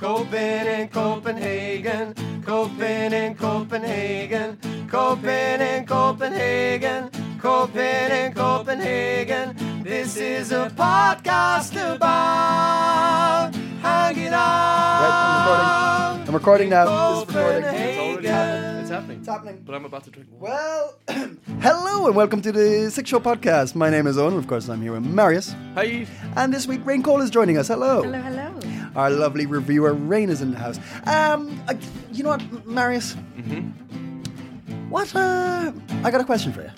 Copen in Copenhagen, Copen in Copenhagen, Copen in Copenhagen, Copen in Copenhagen. This is a podcast about hanging out. I'm recording now. This is recording. Copenhagen. It's happening. It's happening. But I'm about to drink water. Well, hello and welcome to the Six Show podcast. My name is Owen, of course, and I'm here with Marius. Hi. And this week, Rain Cole is joining us. Hello. Hello, hello. Our lovely reviewer, Rain, is in the house. Um, I, you know what, M- Marius? Mm-hmm. Mm-hmm. What? Uh, I got a question for you.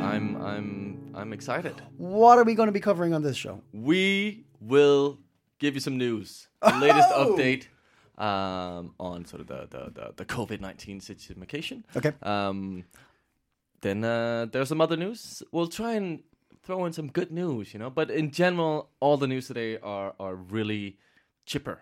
I'm I'm I'm excited. What are we going to be covering on this show? We will give you some news. The latest Oh! update um, on sort of the the, the, the COVID nineteen situation. Okay. Um, then uh, there's some other news. We'll try and throw in some good news, you know. But in general, all the news today are are really chipper.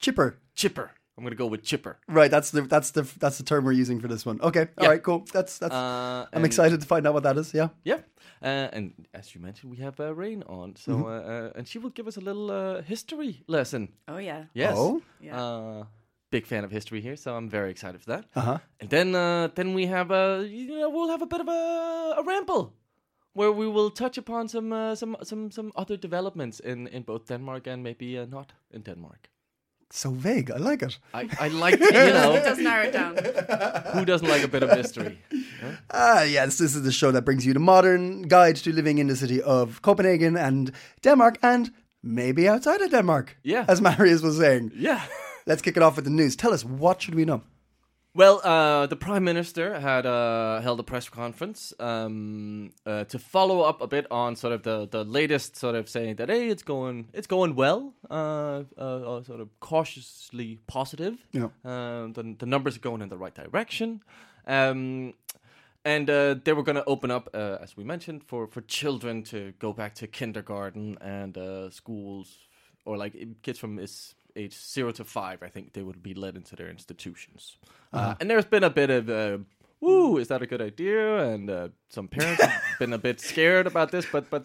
Chipper. Chipper. I'm gonna go with chipper. Right. That's the that's the that's the term we're using for this one. Okay. All right. Yeah. Cool. That's that's. Uh, I'm and- excited to find out what that is. Yeah. Yeah, uh, and as you mentioned, we have uh, Rain on, so Mm-hmm. uh, uh, and she will give us a little uh, history lesson. Oh yeah. Yes, Oh. Yeah. Uh, big fan of history here, so I'm very excited for that. Uh-huh. And then, uh, then we have a you know we'll have a bit of a, a ramble where we will touch upon some uh, some some some other developments in in both Denmark and maybe uh, not in Denmark. So vague. I like it. I, I like you know Just narrow it down. who doesn't like a bit of mystery. Ah, yes, this is the show that brings you the modern guide to living in the city of Copenhagen and Denmark and maybe outside of Denmark. Yeah. As Marius was saying. Yeah. Let's kick it off with the news. Tell us, what should we know? Well, uh, the prime minister had uh, held a press conference um, uh, to follow up a bit on sort of the, the latest sort of saying that hey, it's going it's going well, uh, uh, uh, sort of cautiously positive. Yeah. Um, the the numbers are going in the right direction, um, and uh, they were going to open up, uh, as we mentioned, for for children to go back to kindergarten and uh, schools, or like i- kids from is age zero to five. I think they would be led into their institutions. uh and there's been a bit of. Uh, Ooh, is that a good idea? And uh, some parents have been a bit scared about this, but but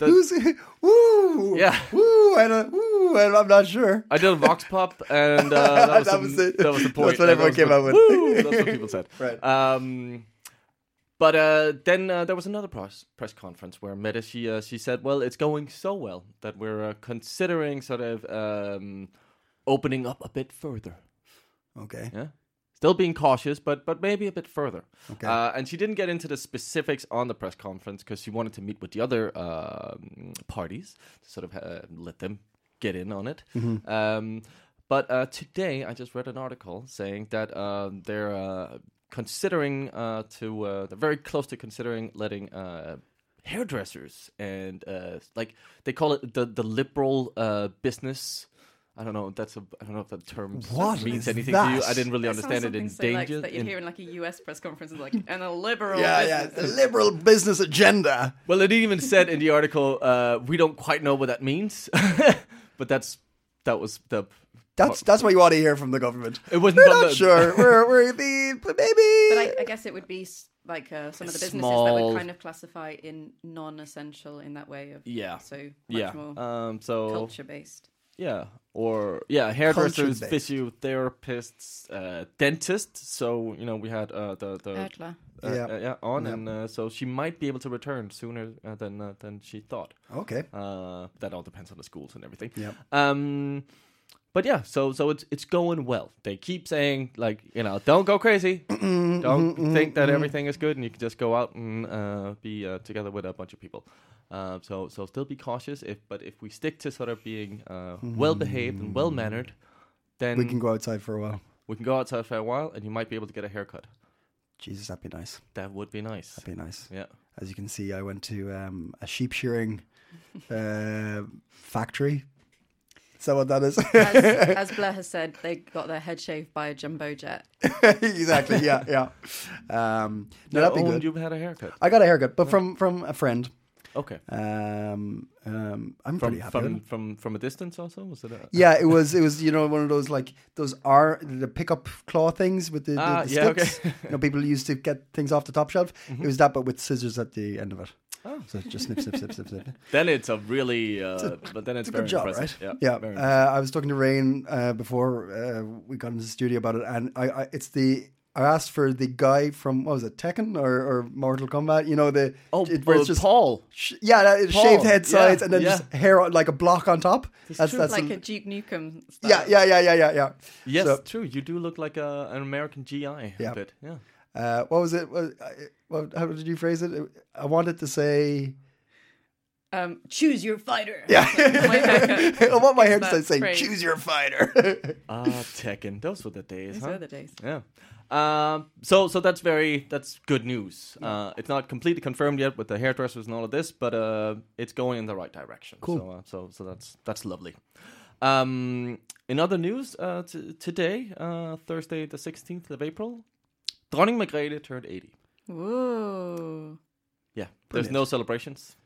the, Who's Woo! Yeah. Woo! I don't, woo! I, am not sure. I did a vox pop, and uh, that, was That the, was it. that was the That's point. what That everyone was came the- up with. Woo! That's what people said. Right. Um, but uh, then uh, there was another press press conference where Meta she uh, she said, "Well, it's going so well that we're uh, considering sort of um, opening up a bit further." Okay. Yeah. Still being cautious, but but maybe a bit further. Okay. Uh, and she didn't get into the specifics on the press conference because she wanted to meet with the other um parties to sort of uh, let them get in on it. Mm-hmm. Um, but uh, today, I just read an article saying that um they're uh, considering uh, to uh, they're very close to considering letting uh, hairdressers and uh, like they call it the the liberal uh, business. I don't know. That's a. I don't know if that term What means is anything to you. that? I didn't really Sounds understand it something in so, like, danger. that you in- hear in like a US press conference is like and a liberal. Yeah, yeah. business." it's The liberal business agenda. well, it even said in the article, uh, we don't quite know what that means, but that's that was the. That's that's what you want to hear from the government. It wasn't We're from not the- sure. we're we're the but But maybe. I, I guess it would be s- like uh, some of the businesses that Small. would kind of classify in non-essential in that way of Yeah. So much yeah. more Um. So culture-based. yeah, or yeah, hairdressers, Culture-based. physiotherapists, uh, dentists. So you know, we had uh, the the Ertler. uh, Yeah. uh, yeah on, and uh, so she might be able to return sooner uh, than uh, than she thought. okay. Uh, that all depends on the schools and everything. Yep. Um, but yeah, so so it's it's going well. They keep saying like you know, don't go crazy, Mm-hmm, don't think that everything is good, and you can just go out and uh, be uh, together with a bunch of people. Uh, so so still be cautious. If but if we stick to sort of being uh, well behaved and well mannered, then Mm-hmm. We can go outside for a while. go outside for a while, and you might be able to get a haircut. Jesus, that'd be nice. That would be nice. That'd be nice. Yeah. As you can see, I went to um, a sheep shearing uh, factory. Is that what that is? As, as Blair has said, they got their head shaved by a jumbo jet. exactly. Yeah, yeah. Um, no, that'd be Oh, and good. You've had a haircut. I got a haircut, but from from a friend. Okay. Um, um, I'm From pretty happy. with from, it. from from a distance also was it? A, Yeah, it was it was you know one of those like those are the pickup claw things with the, the, Ah, the yeah, okay. Mm-hmm. sticks. you know, people used to get things off the top shelf. It was that, but with scissors at the end of it. Oh. So it's just snip, snip, snip, snip, snip. Then it's a really, uh, but then it's, It's a very good job, impressive. right? Yeah. Yeah. very Uh, I was talking to Rain uh, before uh, we got into the studio about it, and I, I it's the I asked for the guy from what was it Tekken or, or Mortal Kombat? You know the Oh, it, where it's uh, Paul. Sh- yeah, that is Paul, shaved head yeah, sides and then yeah. just hair on- like a block on top. That's true. that's like a- a Duke Nukem. Style. yeah yeah yeah yeah yeah yeah. Yes, So, true. You do look like a, an American GI Yeah. a bit. Yeah. uh, what was it? What, I- what, how did you phrase it? I wanted to say. Um, choose your fighter. Yeah. I want my hair to that say, say, phrase. choose your fighter. Ah, Tekken. Those were the days. These huh? were the days. Yeah. Um, so so that's very that's good news. Uh, it's not completely confirmed yet with the hairdressers and all of this, but uh, it's going in the right direction. Cool. So uh, so, so that's that's lovely. Um, in other news, uh, t- today, uh, Thursday the sixteenth of April, Dronning Magrethe turned eighty. Whoa. Yeah. There's no celebrations.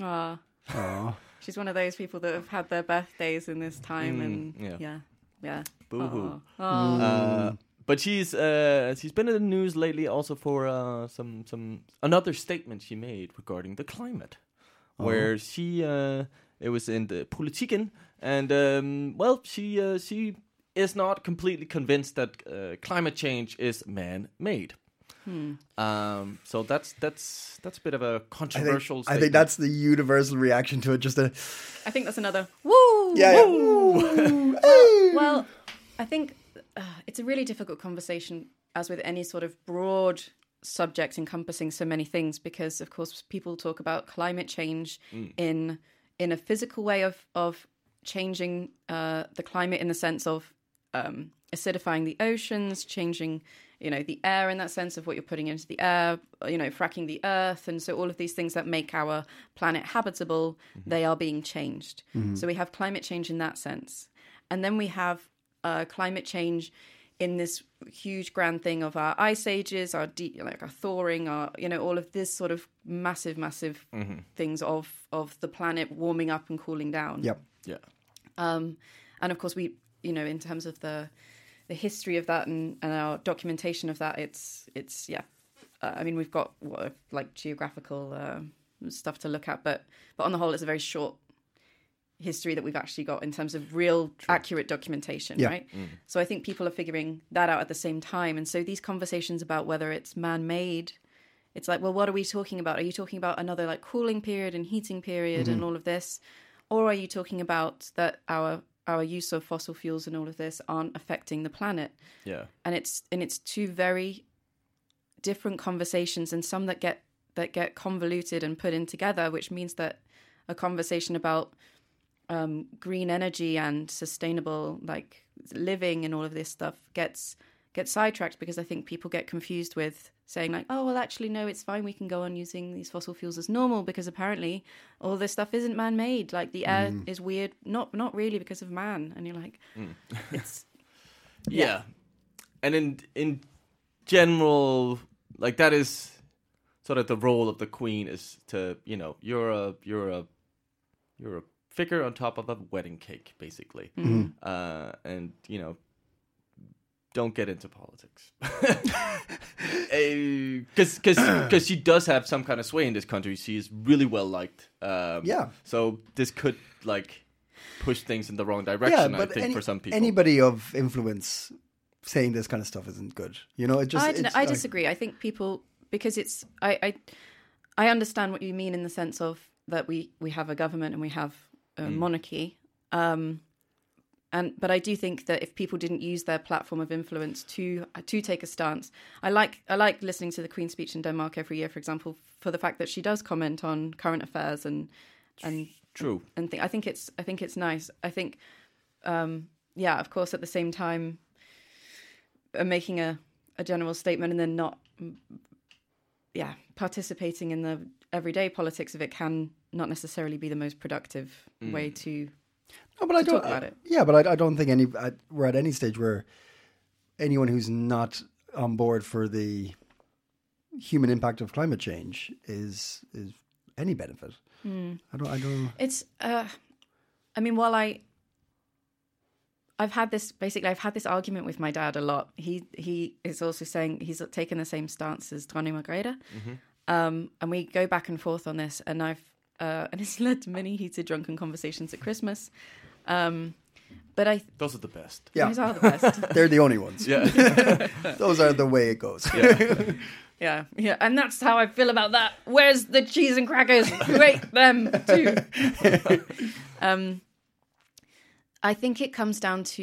Ah. Aw. She's one of those people that have had their birthdays in this time, and Mm, yeah. yeah, yeah, Ah, Boo hoo. Aw. Mm. Aw. Uh, but she's uh, she's been in the news lately also for uh, some some another statement she made regarding the climate, Oh. where she uh, it was in the Politiken, and um, well she uh, she is not completely convinced that uh, climate change is man made. Um, so that's that's that's a bit of a Hmm. I controversial. think, I think that's the universal reaction to it. Just a I think that's another woo. yeah, yeah. Woo. Hey. Well, I think uh, it's a really difficult conversation, as with any sort of broad subject encompassing so many things, because of course people talk about climate change in in a physical way of of changing uh, the climate in the sense of um, acidifying the oceans, changing you know the air in that sense of what you're putting into the air, you know fracking the earth, and so all of these things that make our planet habitable, they are being changed. So we have climate change in that sense. And then we have uh, climate change in this huge grand thing of our ice ages, our deep, like our thawing, our you know all of this sort of massive, massive things of of the planet warming up and cooling down. Yep. yeah. Um, and of course, we you know in terms of the the history of that and, and our documentation of that, it's it's yeah. Uh, I mean, we've got what, like geographical uh, stuff to look at, but but on the whole, it's a very short history that we've actually got in terms of real accurate documentation Yeah. right so i think people are figuring that out at the same time and so these conversations about whether it's man-made it's like well what are we talking about are you talking about another like cooling period and heating period and all of this or are you talking about that our our use of fossil fuels and all of this aren't affecting the planet Yeah. and it's and it's two very different conversations and some that get that get convoluted and put in together which means that a conversation about um, green energy and sustainable like living and all of this stuff gets gets sidetracked because i think people get confused with saying like oh well actually no it's fine we can go on using these fossil fuels as normal because apparently all this stuff isn't man made like the air is weird not not really because of man and you're like it's yeah. and in in general like that is sort of the role of the queen is to you know you're a you're a you're a figure on top of a wedding cake basically Mm-hmm. uh and you know don't get into politics because because she does have some kind of sway in this country she is really well liked um Yeah. so this could like push things in the wrong direction i think any- for some people anybody of influence saying this kind of stuff isn't good. You know, it just I, dunno, it's I like- disagree. I think people because it's I, I I understand what you mean in the sense of that we we have a government and we have a Mm. monarchy. Um, and but I do think that if people didn't use their platform of influence to to take a stance, I like I like listening to the Queen's speech in Denmark every year, for example, for the fact that she does comment on current affairs and and true and think I think it's I think it's nice. I think, um, yeah, of course, at the same time, uh, making a, a general statement and then not, mm, yeah, participating in the everyday politics of it can not necessarily be the most productive way to No, but I to don't. talk about it. Yeah, but I, I don't think any. I, we're at any stage where anyone who's not on board for the human impact of climate change is is any benefit. Hmm. I don't. I don't. It's, uh, I mean, while I, I've had this basically, I've had this argument with my dad a lot. He he is also saying he's taken the same stance as Tony Margareta, um, and we go back and forth on this. And I've uh, and it's led to many heated, drunken conversations at Christmas. Um, but I Those are the best. Yeah. those are the best. They're the only ones. Yeah. Those are the way it goes. yeah, yeah, and that's how I feel about that. Where's the cheese and crackers? Rate them too. um, I think it comes down to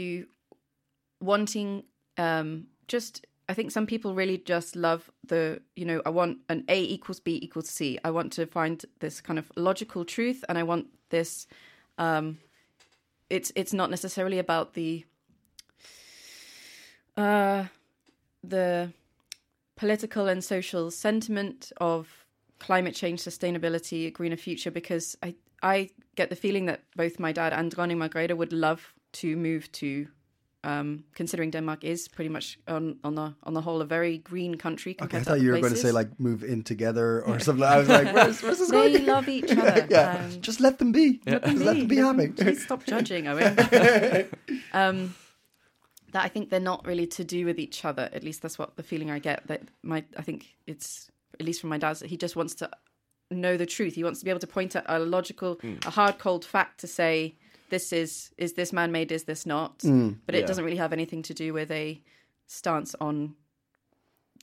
wanting um, just. I think some people really just love the, you know, I want an A equals B equals C. I want to find this kind of logical truth, and I want this. Um, it's it's not necessarily about the uh, the political and social sentiment of climate change, sustainability, a greener future, because I, I get the feeling that both my dad and Ronnie Margareta would love to move to, um, considering Denmark is pretty much on, on the on the whole a very green country. Okay, Compared I to thought other you were going to places. say like move in together or something. I was like, where's, where's this they going? love each other. yeah, um, just let them be. Just let them be Let them- happy. Please stop judging, Owen. um, that I think they're not really to do with each other. At least that's what the feeling I get. That my I think it's at least from my dad's that he just wants to know the truth. He wants to be able to point at a logical, Hmm. a hard, cold fact to say this is is this man made, is this not? Hmm. But it Yeah. doesn't really have anything to do with a stance on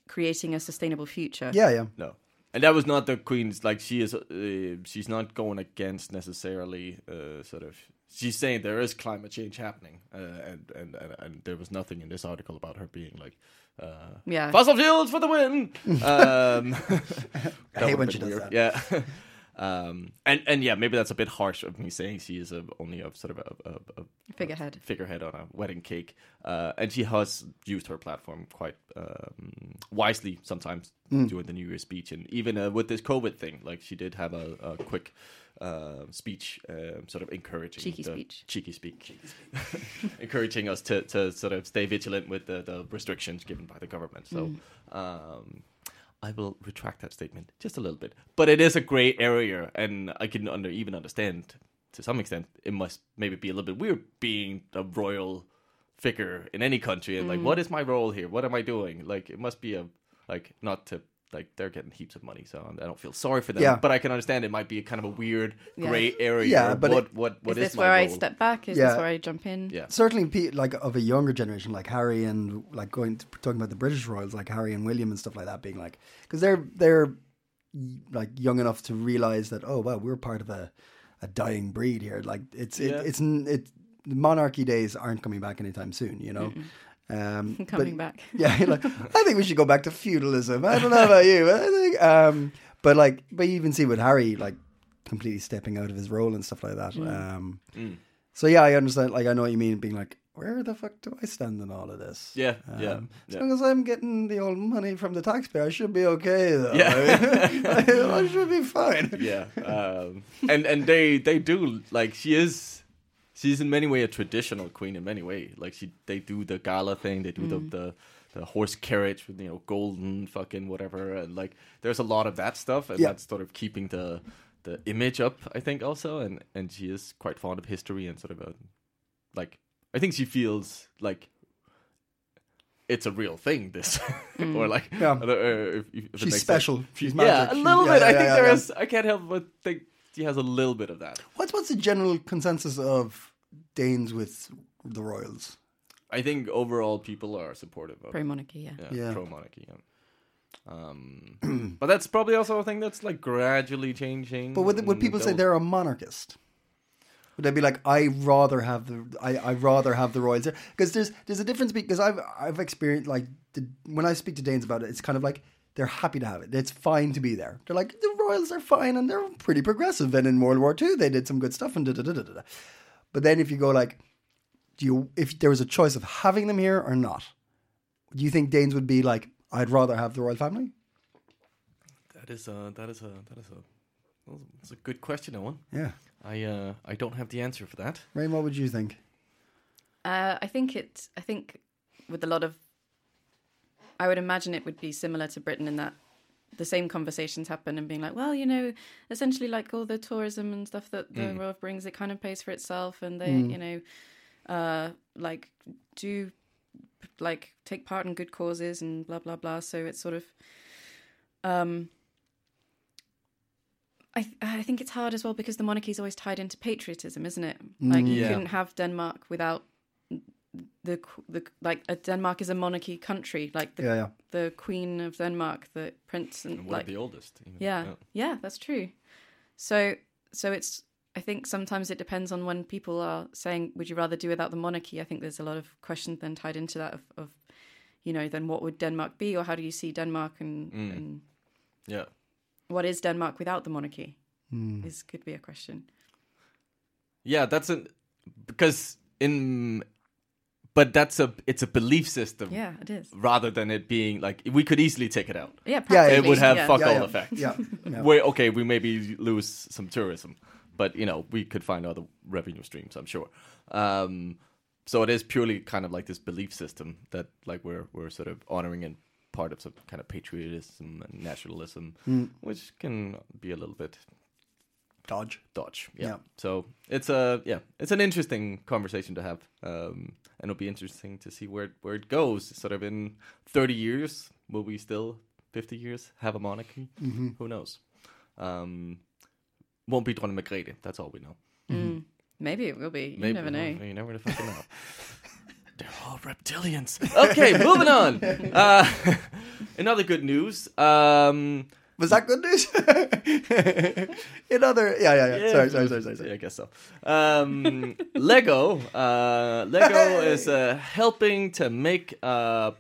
creating a sustainable future. Yeah, yeah. No. And that was not the queen's. Like she is, uh, she's not going against necessarily. Uh, sort of, she's saying there is climate change happening, uh, and, and and and there was nothing in this article about her being like, uh, Yeah. fossil fuels for the win. Um, I hate when she does that. Yeah. Um, and and yeah, maybe that's a bit harsh of me saying she is a, only a sort of a, a, a Figurehead. figurehead on a wedding cake, uh, and she has used her platform quite um, wisely sometimes during the New Year's speech, and even uh, with this COVID thing, like she did have a, a quick uh, speech, um sort of encouraging Cheeky the- speech. cheeky speak, encouraging us to, to sort of stay vigilant with the, the restrictions given by the government. So. Um, I will retract that statement just a little bit, but it is a grey area, and I can under even understand to some extent. It must maybe be a little bit weird being a royal figure in any country, and like, what is my role here? What am I doing? Like, it must be a like not to like they're getting heaps of money, so I don't feel sorry for them. Yeah. But I can understand it might be a kind of a weird Yeah. grey area. Yeah, but what it- what what is this my where I role? step back? Is Yeah. this where I jump in? Yeah. certainly pe- like of a younger generation like harry and like going to, talking about the british royals like harry and william and stuff like that being like because they're they're y- like young enough to realize that oh wow we're part of a, a dying breed here like it's it, Yeah. it's n- it the monarchy days aren't coming back anytime soon you know um but- Coming back. yeah, like, I think we should go back to feudalism. I don't know about you, but I think, um, but like, but you even see with Harry, like, completely stepping out of his role and stuff like that. Mm. Um, So yeah, I understand. Like, I know what you mean, being like, where the fuck do I stand in all of this? Yeah, Um, yeah, As yeah. long as I'm getting the old money from the taxpayer, I should be okay. Though. Yeah. I should be fine. yeah um, and and they they do like she is she's in many way a traditional queen in many way like she they do the gala thing they do Mm. the, the the horse carriage with you know golden fucking whatever and like there's a lot of that stuff and Yeah. that's sort of keeping the the image up i think also and and she is quite fond of history and sort of a like i think she feels like it's a real thing this or like Mm. Yeah. uh, if, if it She's makes sense. special. She's Yeah, magic. a She- little yeah, bit. yeah, I think yeah, there yeah. is. I can't help but think she has a little bit of that. What's what's the general consensus of Danes with the royals? I think overall people are supportive of Pro monarchy, yeah. yeah, Yeah. pro monarchy. Yeah. Um, but that's probably also a thing that's like gradually changing. But would, would and people say they'll- they're a monarchist? Would they be like, I rather have the I, I rather have the royals there because there's there's a difference because I've I've experienced like the, when I speak to Danes about it, it's kind of like they're happy to have it. It's fine to be there. They're like the royals are fine and they're pretty progressive. And in World War II, they did some good stuff and da da da da da. But then if you go like, do you if there was a choice of having them here or not, do you think Danes would be like, I'd rather have the royal family? uh, that is a that is a that is a That's a good question, Owen. Yeah. I uh, I don't have the answer for that. Rain, what would you think? Uh, I think it. I think with a lot of, I would imagine it would be similar to Britain in that the same conversations happen and being like, well, you know, essentially like all the tourism and stuff that the mm. brings, it kind of pays for itself, and they, you know, uh, like do like take part in good causes and blah blah blah. So it's sort of, um, I th- I think it's hard as well because the monarchy is always tied into patriotism, isn't it? Like you Yeah. couldn't have Denmark without the qu- the like uh, Denmark is a monarchy country. Like the Yeah, yeah. the Queen of Denmark, the Prince, and, One like of the oldest. even. yeah, yeah, that's true. So so it's I think sometimes it depends on when people are saying, "Would you rather do without the monarchy?" I think there's a lot of questions then tied into that of, of you know, then what would Denmark be, or how do you see Denmark, and, Mm. and Yeah. what is Denmark without the monarchy? Is could be a question. Yeah, that's an because in but that's a it's a belief system Yeah, it is. rather than it being like we could easily take it out. Yeah, Yeah, It would practically, have yeah. fuck Yeah, yeah. all effect. Yeah. yeah. We okay, we maybe lose some tourism, but you know, we could find other revenue streams, I'm sure. Um so it is purely kind of like this belief system that like we're we're sort of honoring and part of some kind of patriotism and nationalism, Hmm. which can be a little bit Dodge. Dodge. Yeah. Yeah. So it's a yeah, it's an interesting conversation to have, um, and it'll be interesting to see where it- where it goes. Sort of in thirty years, will we still fifty years have a monarchy? Who knows? Um, won't be Dronning Magritte. That's all we know. Maybe it will be. You never know. You never the fucking know. They're all reptilians. Okay, moving on. Uh, another good news. Um, Was that good news? In other, yeah, yeah, yeah. Sorry, sorry, sorry, sorry. Yeah, sorry. I guess so. Um, Lego, uh, Lego is uh, helping to make uh,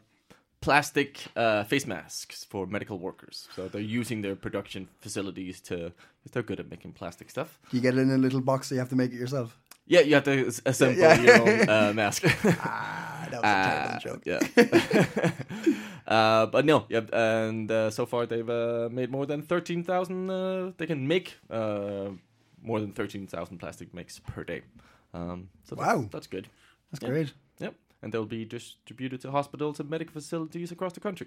plastic uh, face masks for medical workers. So they're using their production facilities to. They're good at making plastic stuff. You get it in a little box, so you have to make it yourself. Yeah, you have to s- assemble Yeah. your own uh, mask. Ah, that was Uh, Yeah. uh, but no, yeah, and uh, so far they've uh, made more than thirteen thousand. Uh, they can make uh, more than thirteen thousand plastic makes per day. Um, so that's, Wow. that's good. That's yeah. great. Yep, and they'll be distributed to hospitals and medical facilities across the country.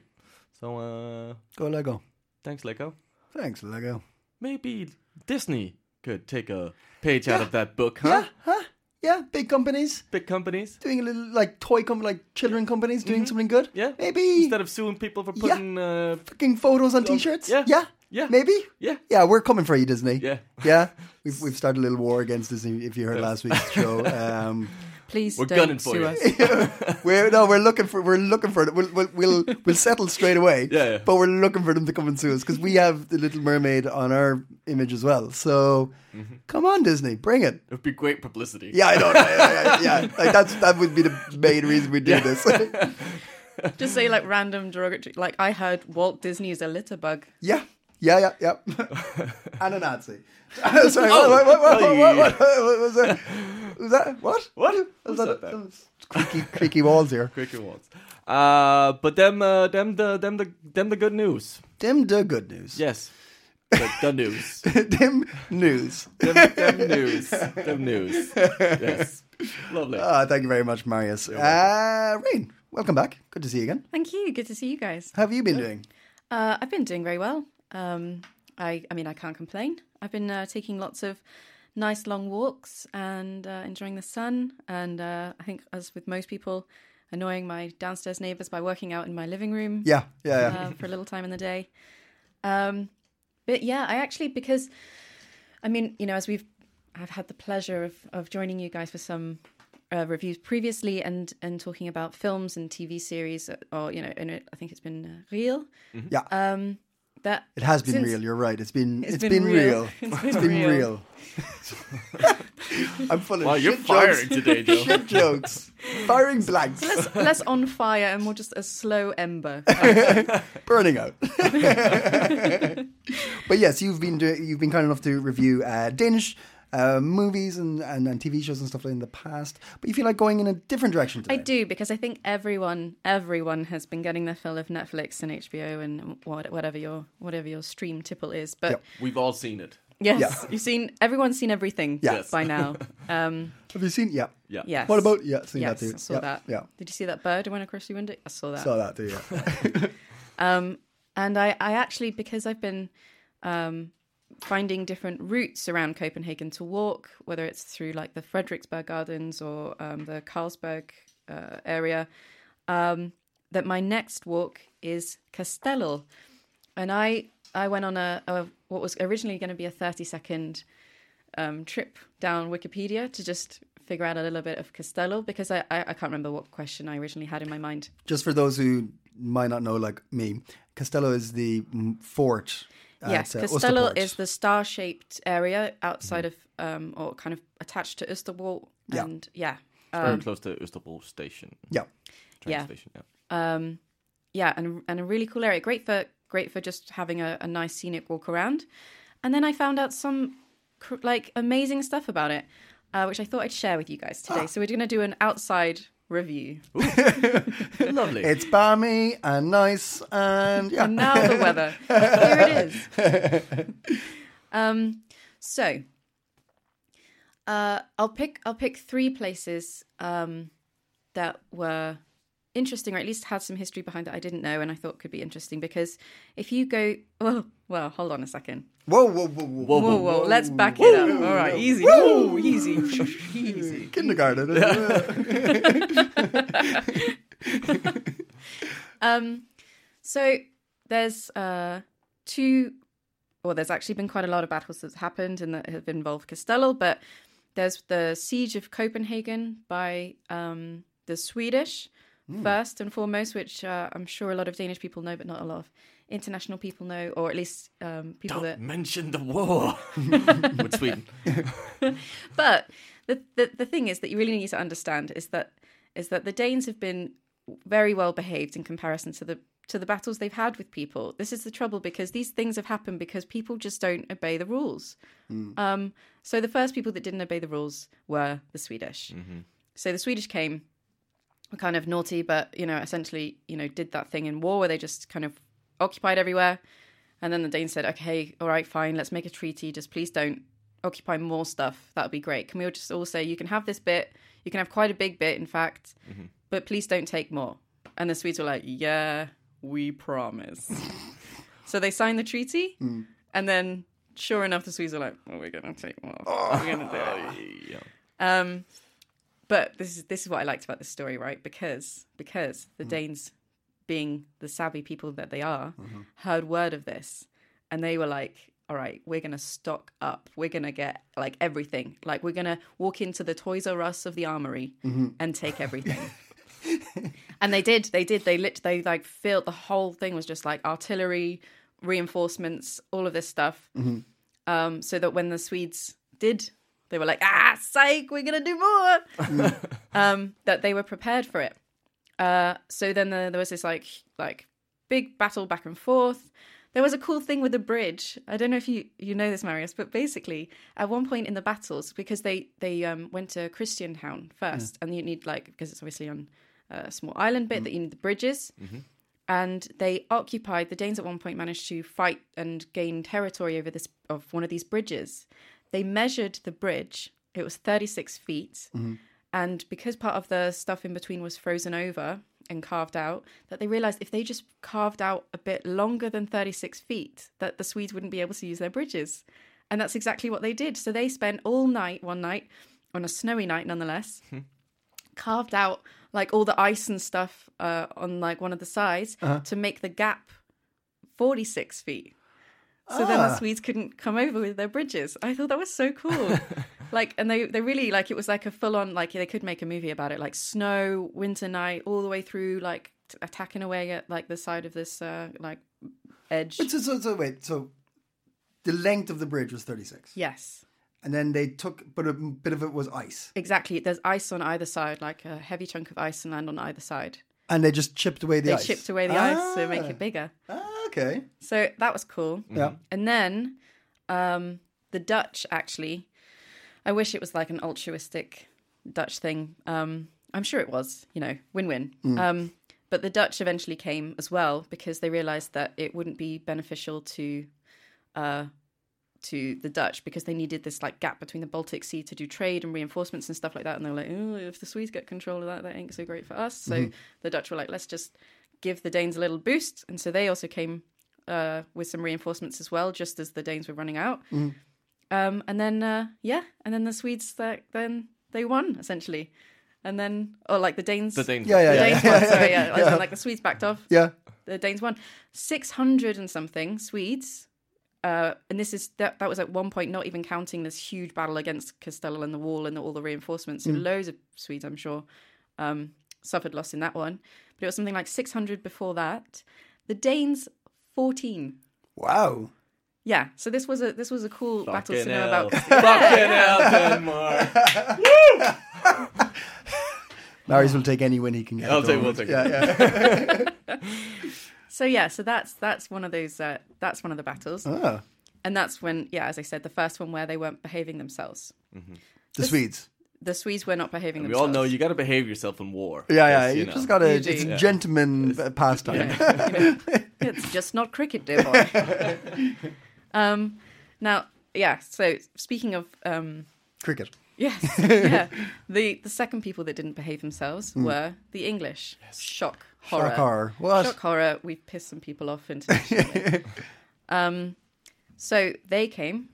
So uh, Go Lego. thanks, Lego. Thanks, Lego. Maybe Disney could take a page out of that book, huh? Yeah, huh? Yeah, big companies Big companies. doing a little like toy company, like children companies doing something good. Mm-hmm. Yeah. maybe Instead of suing people for putting uh, fucking photos on Um, T-shirts. yeah. yeah, Yeah. maybe. Yeah. yeah, we're coming for you, Disney. Yeah. yeah. We've we've started a little war against Disney. If you heard last week's show, um, Please We're don't gunning for sue you. us. we're no, we're looking for we're looking for it. We'll we'll we'll, we'll settle straight away. Yeah, yeah. but we're looking for them to come and sue us because we have the Little Mermaid on our image as well. So Mm-hmm. come on, Disney, bring it. It would be great publicity. Yeah, I know. Yeah, yeah, yeah, yeah. Like that's that would be the main reason we do this. Just say like random derogatory. Like I heard Walt Disney is a litter bug. yeah. Yeah, yeah, yeah. and a Nazi. Sorry, Oh, what, what, what, what, what, what, what was that? Was that what? What? Was Who's that, said that? some creaky, creaky walls here. Cricket ones. Uh, but them, uh, them, the, them, the, them, the good news. Dim the good news. Yes, the, the news. Dim news. Them, them news. Them news. Yes, lovely. Ah, thank you very much, Marius. Uh, Rain, welcome back. Good to see you again. Thank you. Good to see you guys. How have you been doing? Uh, I've been doing very well. Um, I, I mean, I can't complain. I've been uh, taking lots of nice long walks and uh, enjoying the sun. And uh, I think, as with most people, annoying my downstairs neighbours by working out in my living room Yeah, yeah, yeah. uh, for a little time in the day. Um, but yeah, I actually because I mean, you know, as we've I've had the pleasure of of joining you guys for some uh, reviews previously and and talking about films and TV series uh, or you know, and it, I think it's been uh, real. Yeah. Um, that it has been since- real. You're right. It's been it's been, been real. real. It's been it's been real. real. I'm full of wow, shit you're jokes. firing today, Joe. Shit jokes. Firing blanks. Less, less on fire and more just a slow ember. burning out. but yes, you've been doing, you've been kind enough to review uh, Danish uh, movies and, and, and TV shows and stuff like in the past. But you feel like going in a different direction today. I do because I think everyone, everyone has been getting their fill of Netflix and HBO and what, whatever your whatever your stream tipple is. But Yep. We've all seen it. Yes, Yeah. you've seen everyone's seen everything Yeah. Yes. by now. Um, Have you seen? Yeah. Yeah. yes. What about? Yeah, seen Yes, that too. I saw yeah. that. Yeah. Did you see that bird who went across your window? I saw that. Saw that too. Yeah. Um, and I, I actually, because I've been um, finding different routes around Copenhagen to walk, whether it's through like the Frederiksberg Gardens or um, the Carlsberg uh, area, um, that my next walk is Castello. And I, I went on a, a what was originally going to be a 30 second um, trip down Wikipedia to just figure out a little bit of Castello because I, I, I can't remember what question I originally had in my mind. Just for those who might not know, like me, Castello is the mm, fort. at, Yes, uh, Castello Ustaport. is the star-shaped area outside of, um, or kind of attached to Ustawalt, Yeah. and yeah, It's very close to Istanbul station. Yeah. Train Um, Yeah. station. Yeah. yeah, and and a really cool area. Great for great for just having a, a nice scenic walk around. And then I found out some cr- like amazing stuff about it, uh, which I thought I'd share with you guys today. So we're going to do an outside review. Lovely. It's balmy and nice and yeah. And now the weather. Here it is. Um, so uh, I'll pick I'll pick three places um, that were interesting, or at least had some history behind that I didn't know, and I thought could be interesting because if you go, well, well, hold on a second. Whoa, whoa, whoa, whoa, Whoa, whoa, let's back it up. All right, easy, Woo, easy, easy. Kindergarten. Um, So there's uh, two, well, there's actually been quite a lot of battles that's happened and that have involved Castello, but there's the siege of Copenhagen by um, the Swedish first and foremost, which uh, I'm sure a lot of Danish people know, but not a lot of international people know, or at least um, people Don't that. mention the war with Sweden. But the, the the thing is that you really need to understand is that is that the Danes have been very well behaved in comparison to the to the battles they've had with people. This is the trouble because these things have happened because people just don't obey the rules. Um, so the first people that didn't obey the rules were the Swedish. So the Swedish came, were kind of naughty, but you know, essentially, you know, did that thing in war where they just kind of occupied everywhere. And then the Danes said, okay, all right, fine, let's make a treaty. Just please don't occupy more stuff. That would be great. Can we all just all say, you can have this bit, you can have quite a big bit, in fact, but please don't take more. And the Swedes were like, yeah, we promise. so they signed the treaty. And then, sure enough, the Swedes were like, oh, we're going to take more. We're going to do it. Um, but this is this is what I liked about this story, right? Because because the Danes, being the savvy people that they are, heard word of this, and they were like, "All right, we're gonna stock up. We're gonna get like everything. Like we're gonna walk into the Toys R Us of the armory and take everything." and they did. They did. They lit. They like filled the whole thing was just like artillery, reinforcements, all of this stuff. Um, so that when the Swedes did, they were like, "Ah, psych, we're gonna do more." um, that they were prepared for it. Uh, so then the, there was this like like big battle back and forth. There was a cool thing with the bridge. I don't know if you you know this, Marius, but basically at one point in the battles, because they they um, went to Christian town first, and you need like because it's obviously on uh, a small island bit that you need the bridges. And they occupied the Danes at one point managed to fight and gain territory over this of one of these bridges. They measured the bridge. It was 36 feet and because part of the stuff in between was frozen over and carved out that they realized if they just carved out a bit longer than 36 feet that the swedes wouldn't be able to use their bridges and that's exactly what they did so they spent all night one night on a snowy night nonetheless carved out like all the ice and stuff uh, on like one of the sides Uh-huh. to make the gap 46 feet so then Ah. the Swedes couldn't come over with their bridges. I thought that was so cool. like, and they they really like it was like a full on like they could make a movie about it, like snow, winter night, all the way through, like t- attacking away at like the side of this uh like edge. so, so, so wait. So the length of the bridge was 36, yes, and then they took, but a bit of it was ice, exactly. There's ice on either side, like a heavy chunk of ice and land on either side. and they just chipped away the They ice. chipped away the ice to make it bigger. Ah, okay. So that was cool. Mm-hmm. Yeah. And then um, the Dutch actually, I wish it was like an altruistic Dutch thing. Um, I'm sure it was, you know, win win. Um, but the Dutch eventually came as well because they realized that it wouldn't be beneficial to uh, to the Dutch because they needed this like gap between the Baltic Sea to do trade and reinforcements and stuff like that. And they were like, oh, if the Swedes get control of that, that ain't so great for us. So the Dutch were like, let's just give the Danes a little boost. And so they also came uh, with some reinforcements as well, just as the Danes were running out. Um, and then uh, yeah, and then the Swedes like, then they won essentially, and then or like the Danes, The Danes. Yeah, yeah, the yeah. Danes won. Sorry, yeah, as in, like the Swedes backed off. Yeah. The Danes won six hundred and something Swedes. Uh, and this is that, that was at one point not even counting this huge battle against Castello and the wall and all the reinforcements. Mm. So loads of Swedes, I'm sure, um, suffered loss in that one. But it was something like 600 before that. The Danes, 14. Wow. Yeah, so this was a this was a cool battle Fucking to know hell. about. Fucking hell, Denmark. Larry's will take any win he can get. I'll take, we'll take it. So yeah, so that's that's one of those uh, that's one of the battles, Ah, and that's when yeah, as I said, the first one where they weren't behaving themselves. the Swedes. The Swedes were not behaving We all themselves. know you got to behave yourself in war. Yeah, yeah. It's, You know. just got to. You do. It's a gentleman uh, pastime. it's just not cricket, dear boy. um, now, yeah. So speaking of um, Cricket. yes, yeah, the the second people that didn't behave themselves were the English. Shock horror. Shock horror. What? Shock horror. We've pissed some people off internationally. um, so they came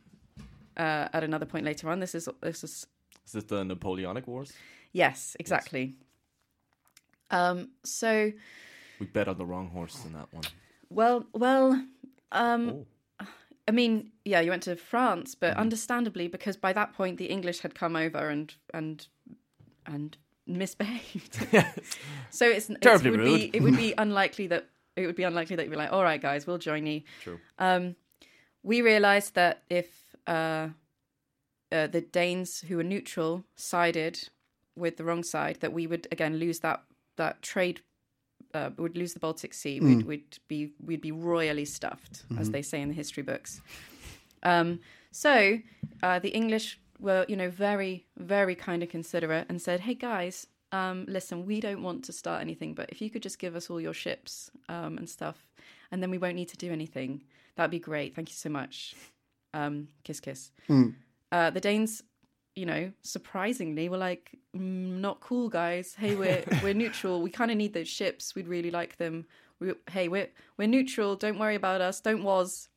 uh, at another point later on. This is this is Is this the Napoleonic Wars? yes, exactly. Um, so We bet on the wrong horse in that one. well, well, um, oh. I mean, yeah, you went to France, but understandably because by that point the English had come over and and and misbehaved. So it's Terribly it would rude. be it would be unlikely that it would be unlikely that you'd be like, all right, guys, we'll join you. True. Um, we realised that if uh, uh, the Danes who were neutral sided with the wrong side, that we would again lose that that trade. Uh, would lose the Baltic Sea. Mm. We'd, we'd be we'd be royally stuffed, Mm-hmm. as they say in the history books. Um, so uh, the English were, you know, very, very kind and considerate and said, hey guys, um, listen, we don't want to start anything, but if you could just give us all your ships um, and stuff, and then we won't need to do anything, that'd be great. Thank you so much. Um, kiss, kiss. Uh, the Danes, you know, surprisingly were like, mm, not cool, guys. Hey, we're we're neutral. We kind of need those ships. We'd really like them. We, hey, we're we're neutral. Don't worry about us. Don't was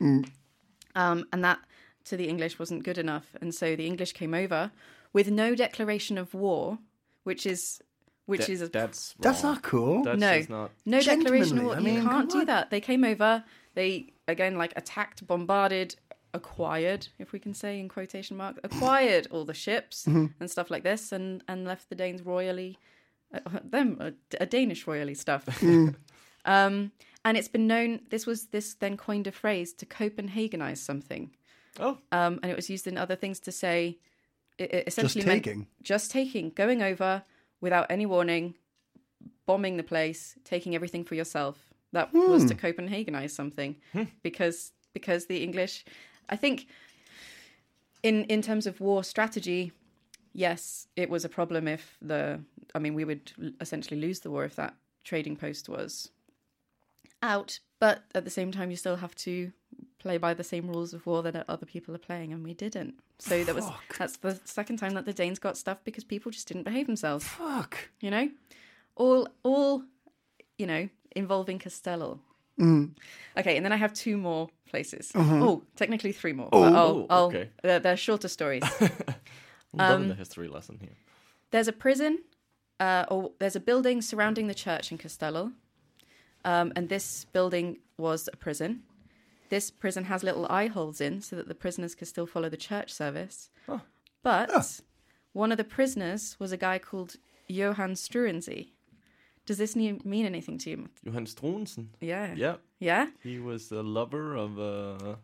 um, and that to the English wasn't good enough. And so the English came over with no declaration of war, which is which That- is a, that's That's wrong. not cool. That's no just not. no declaration of war. Gentlemanly, I you mean, come can't do on. that. They came over. They again like attacked, bombarded, acquired, if we can say in quotation mark, acquired all the ships Mm-hmm. and stuff like this, and and left the Danes royally, uh, them a, a Danish royally stuff. Mm. um, and it's been known. This was this then coined a phrase to Copenhagenize something Oh, um, and it was used in other things to say it, it essentially taking. meant just taking going over without any warning bombing the place taking everything for yourself that was to copenhagenize something because because the english i think in in terms of war strategy yes it was a problem if the i mean we would l- essentially lose the war if that trading post was out but at the same time you still have to play by the same rules of war that other people are playing and we didn't so that was that's the second time that the danes got stuff because people just didn't behave themselves Fuck. you know all all you know involving castello okay and then i have two more places oh technically three more but I'll, I'll, okay. they're, they're shorter stories I'm loving the history lesson here. there's a prison uh, or there's a building surrounding the church in castello um, and this building was a prison this prison has little eye holes in so that the prisoners can still follow the church service but one of the prisoners was a guy called johann struensee does this ne- mean anything to you Johan Strunsen. yeah Yeah, yeah he was the lover of uh,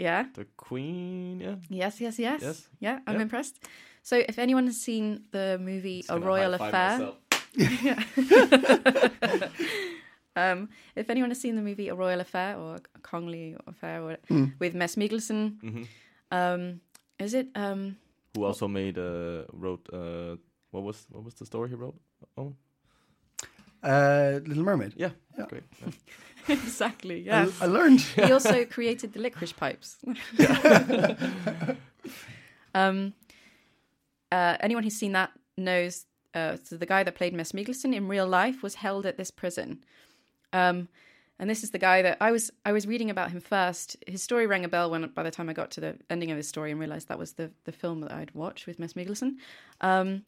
yeah the queen. Yeah, yes yes yes, Yes. yeah i'm Yeah. impressed so if anyone has seen the movie a Gonna royal high-five affair myself. Um, if anyone has seen the movie A Royal Affair or a Congley Affair or, with Mess Mikkelsen, um, is it? Um, Mm-hmm. Who also made uh, wrote uh, what was what was the story he wrote? Oh, uh, Little Mermaid. Yeah, great. Yeah. exactly. Yeah. I learned. he also created the licorice pipes. um, uh, anyone who's seen that knows. Uh, so the guy that played Miss Mickelson in real life was held at this prison. Um, and this is the guy that I was I was reading about him first. His story rang a bell when by the time I got to the ending of his story and realized that was the the film that I'd watched with Miss Mickelson. Um,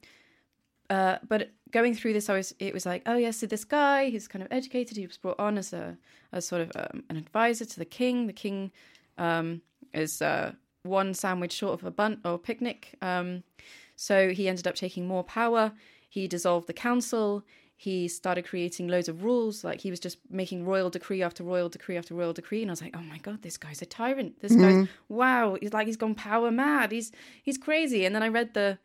uh, but going through this, I was it was like, oh yeah, so this guy who's kind of educated, he was brought on as a as sort of um, an advisor to the king. The king um, is uh, one sandwich short of a bunt or picnic, um, so he ended up taking more power. He dissolved the council. He started creating loads of rules, like he was just making royal decree after royal decree after royal decree, and I was like, "Oh my god, this guy's a tyrant! This guy's wow! He's like he's gone power mad! He's he's crazy!" And then I read the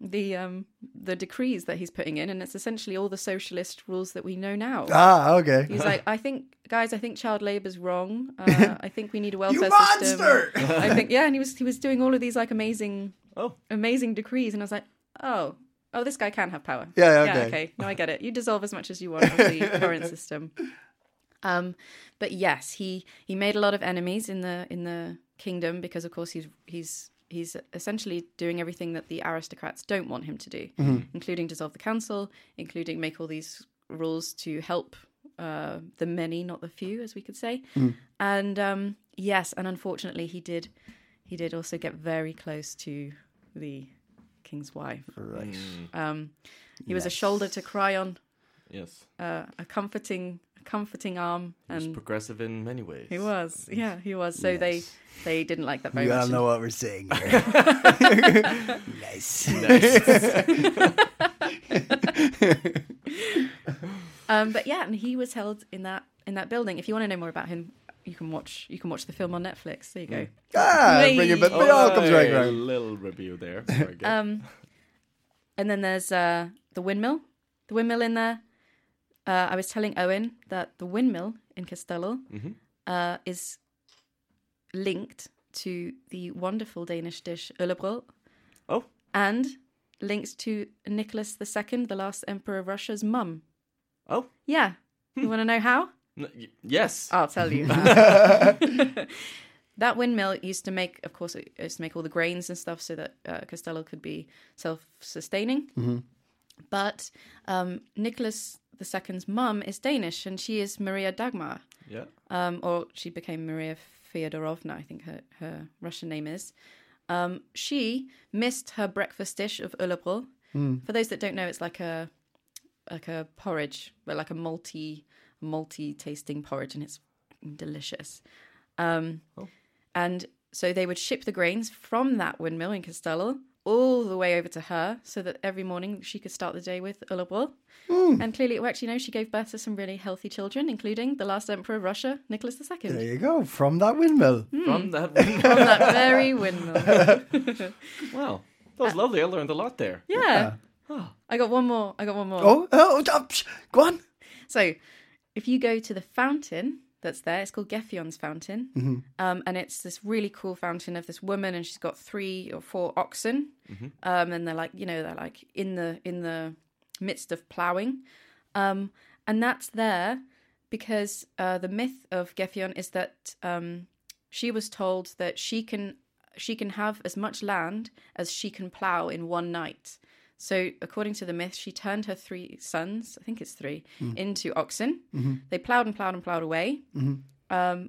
the um the decrees that he's putting in and it's essentially all the socialist rules that we know now Ah, okay. he's like i think guys i think child labor's wrong uh, i think we need a welfare system monster! i think yeah and he was he was doing all of these like amazing Oh. amazing decrees and i was like oh oh this guy can have power Yeah, yeah okay. okay no i get it you dissolve as much as you want of the current system um but yes he he made a lot of enemies in the in the kingdom because of course he's he's he's essentially doing everything that the aristocrats don't want him to do Mm-hmm. including dissolve the council including make all these rules to help uh, the many not the few as we could say Mm. and um yes and unfortunately he did he did also get very close to the king's wife Right. um he was a shoulder to cry on Yes, uh, a comforting a comforting arm he's and progressive in many ways. Um, he was, yeah, he was. So they they didn't like that very You all much. know what we're saying. Here. nice. Um, but yeah, and he was held in that in that building. If you want to know more about him, you can watch you can watch the film on Netflix. There you go. Ah, bring it, but it all comes right Oh, Hey, around. Little review there. Very good. Um, and then there's uh, the windmill, the windmill in there. Uh, I was telling Owen that the windmill in Castello uh, is linked to the wonderful Danish dish Ullebrød oh, and linked to Nicholas II, the last emperor of Russia's mum. oh, Yeah. You want to know how? N- y- yes. I'll tell you. how. that windmill used to make, of course, it used to make all the grains and stuff so that uh, Costello could be self-sustaining. But um, Nicholas II's mum is Danish, and she is Maria Dagmar, yeah. um, or she became Maria Fyodorovna, I think her, her Russian name is. Um, she missed her breakfast dish of ullebrød. For those that don't know, it's like a like a porridge, but like a malty, malty tasting porridge, and it's delicious. Um, And so they would ship the grains from that windmill in Castello all the way over to her, so that every morning she could start the day with ullebrød. And clearly it worked. You know, she gave birth to some really healthy children, including the last emperor of Russia, Nicholas II. There you go. From that windmill. Mm. From that. From that very windmill. wow, that was lovely. I learned a lot there. Uh, Yeah. I got one more. I got one more. Oh, oh, oh, psh, go on. So, if you go to the fountain that's there, it's called Gefion's Fountain, um, and it's this really cool fountain of this woman, and she's got three or four oxen, um, and they're like, you know, they're like in the in the midst of ploughing, um, and that's there because uh, the myth of Gefion is that um, she was told that she can she can have as much land as she can plow in one night. So, according to the myth, she turned her three sons, I think it's three, into oxen. They ploughed and ploughed and ploughed away. Um,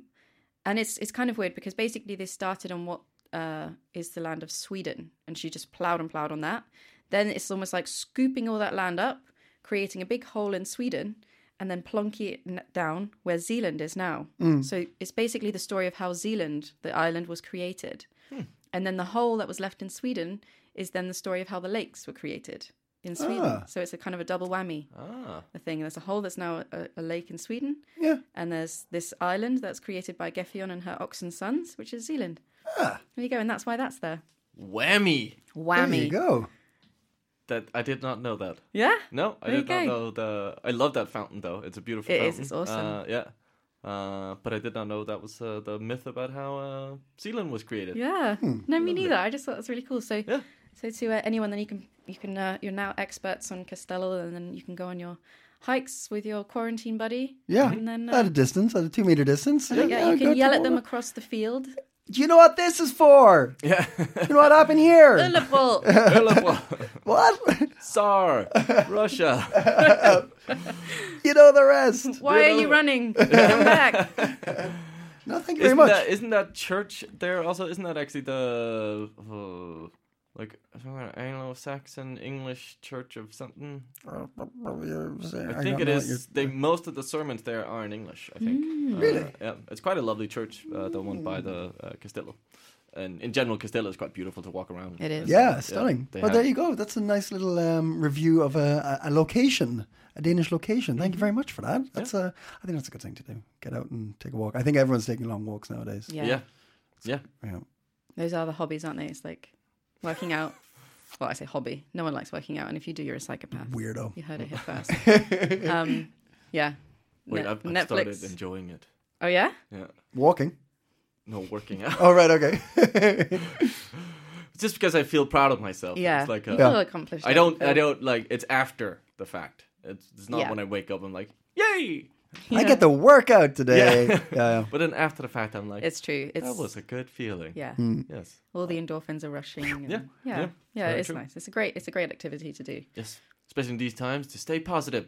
and it's it's kind of weird because basically they started on what uh, is the land of Sweden, and she just ploughed and ploughed on that. Then it's almost like scooping all that land up, creating a big hole in Sweden, and then plonking it n- down where Zealand is now. So it's basically the story of how Zealand, the island, was created. And then the hole that was left in Sweden is then the story of how the lakes were created in Sweden. So it's a kind of a double whammy Ah, a thing. There's a hole that's now a, a lake in Sweden. Yeah. And there's this island that's created by Gefion and her oxen sons, which is Zealand. Ah. There you go, and that's why that's there. whammy. There you Whammy. go. That I did not know that. Yeah? No, I There you did not go. know the. I love that fountain though. It's a beautiful. It fountain. is, it's awesome. Uh, yeah. Uh, but I did not know that was uh, the myth about how uh, Zealand was created. Yeah. Hmm, No, me neither. I just thought that's really cool. So, Yeah. so to uh, anyone, then you can you can uh, you're now experts on Castello, and then you can go on your hikes with your quarantine buddy. Yeah, and then at uh, a distance, at a two meter distance. yeah, you go can yell to at them water. across the field. Do you know what this is for? Yeah. uh, You know what happened here? Wonderful. what? Tsar, Russia. you know the rest. Why are you running? Come back. No, thank you very Isn't much. that, isn't that church there also? Isn't that actually the uh, like Anglo-Saxon English Church of something? I think it is. They, most of the sermons there are in English. I think. Mm. really? Yeah, it's quite a lovely church. Uh, the one by the uh, Castillo, and in general, Castillo is quite beautiful to walk around. It is. Yeah, stunning. they well, there have- you go. That's a nice little um, review of a, a a location, a Danish location. Mm-hmm. Thank you very much for that. That's a, I think that's a good thing to do. Get out and take a walk. I think everyone's taking long walks nowadays. Yeah. Yeah. yeah. Yeah. Those are the hobbies, aren't they? It's like working out. Well, I say hobby. No one likes working out, and if you do, you're a psychopath. Weirdo. You heard it here first. um, yeah. Wait, Ne- I've, I've started enjoying it. Oh yeah. Yeah. Walking. No, working out. Oh, right. Okay. It's just because I feel proud of myself. Yeah. It's like a, You feel accomplished. I don't. feel- I don't like. It's after the fact. It's, it's not Yeah. when I wake up. I'm like, yay! I get the workout today. Yeah. Yeah. yeah. But then after the fact, I'm like, It's true. It's that was a good feeling. yeah. Yes. All the endorphins are rushing. and- Yeah, Yeah. yeah, Yeah, very it's true. nice. It's a great. It's a great activity to do. Yes. Especially in these times, to stay positive.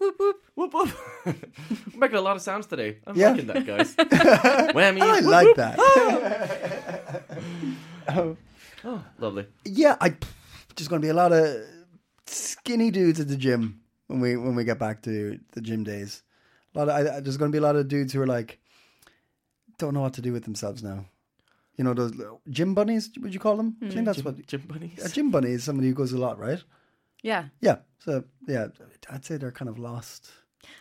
Whoop whoop. Whoop whoop. I'm making a lot of sounds today. I'm Yeah. liking that, guys. Whammy. I Whoop, like whoop. that. Oh, lovely. Yeah, I just going to be a lot of skinny dudes at the gym when we when we get back to the gym days. A lot of I, I- there's going to be a lot of dudes who are like don't know what to do with themselves now. You know those little gym bunnies? Would you call them? I think that's what Gym bunnies. a gym bunny is. Somebody who goes a lot, right? Yeah. Yeah. So yeah, I'd say they're kind of lost.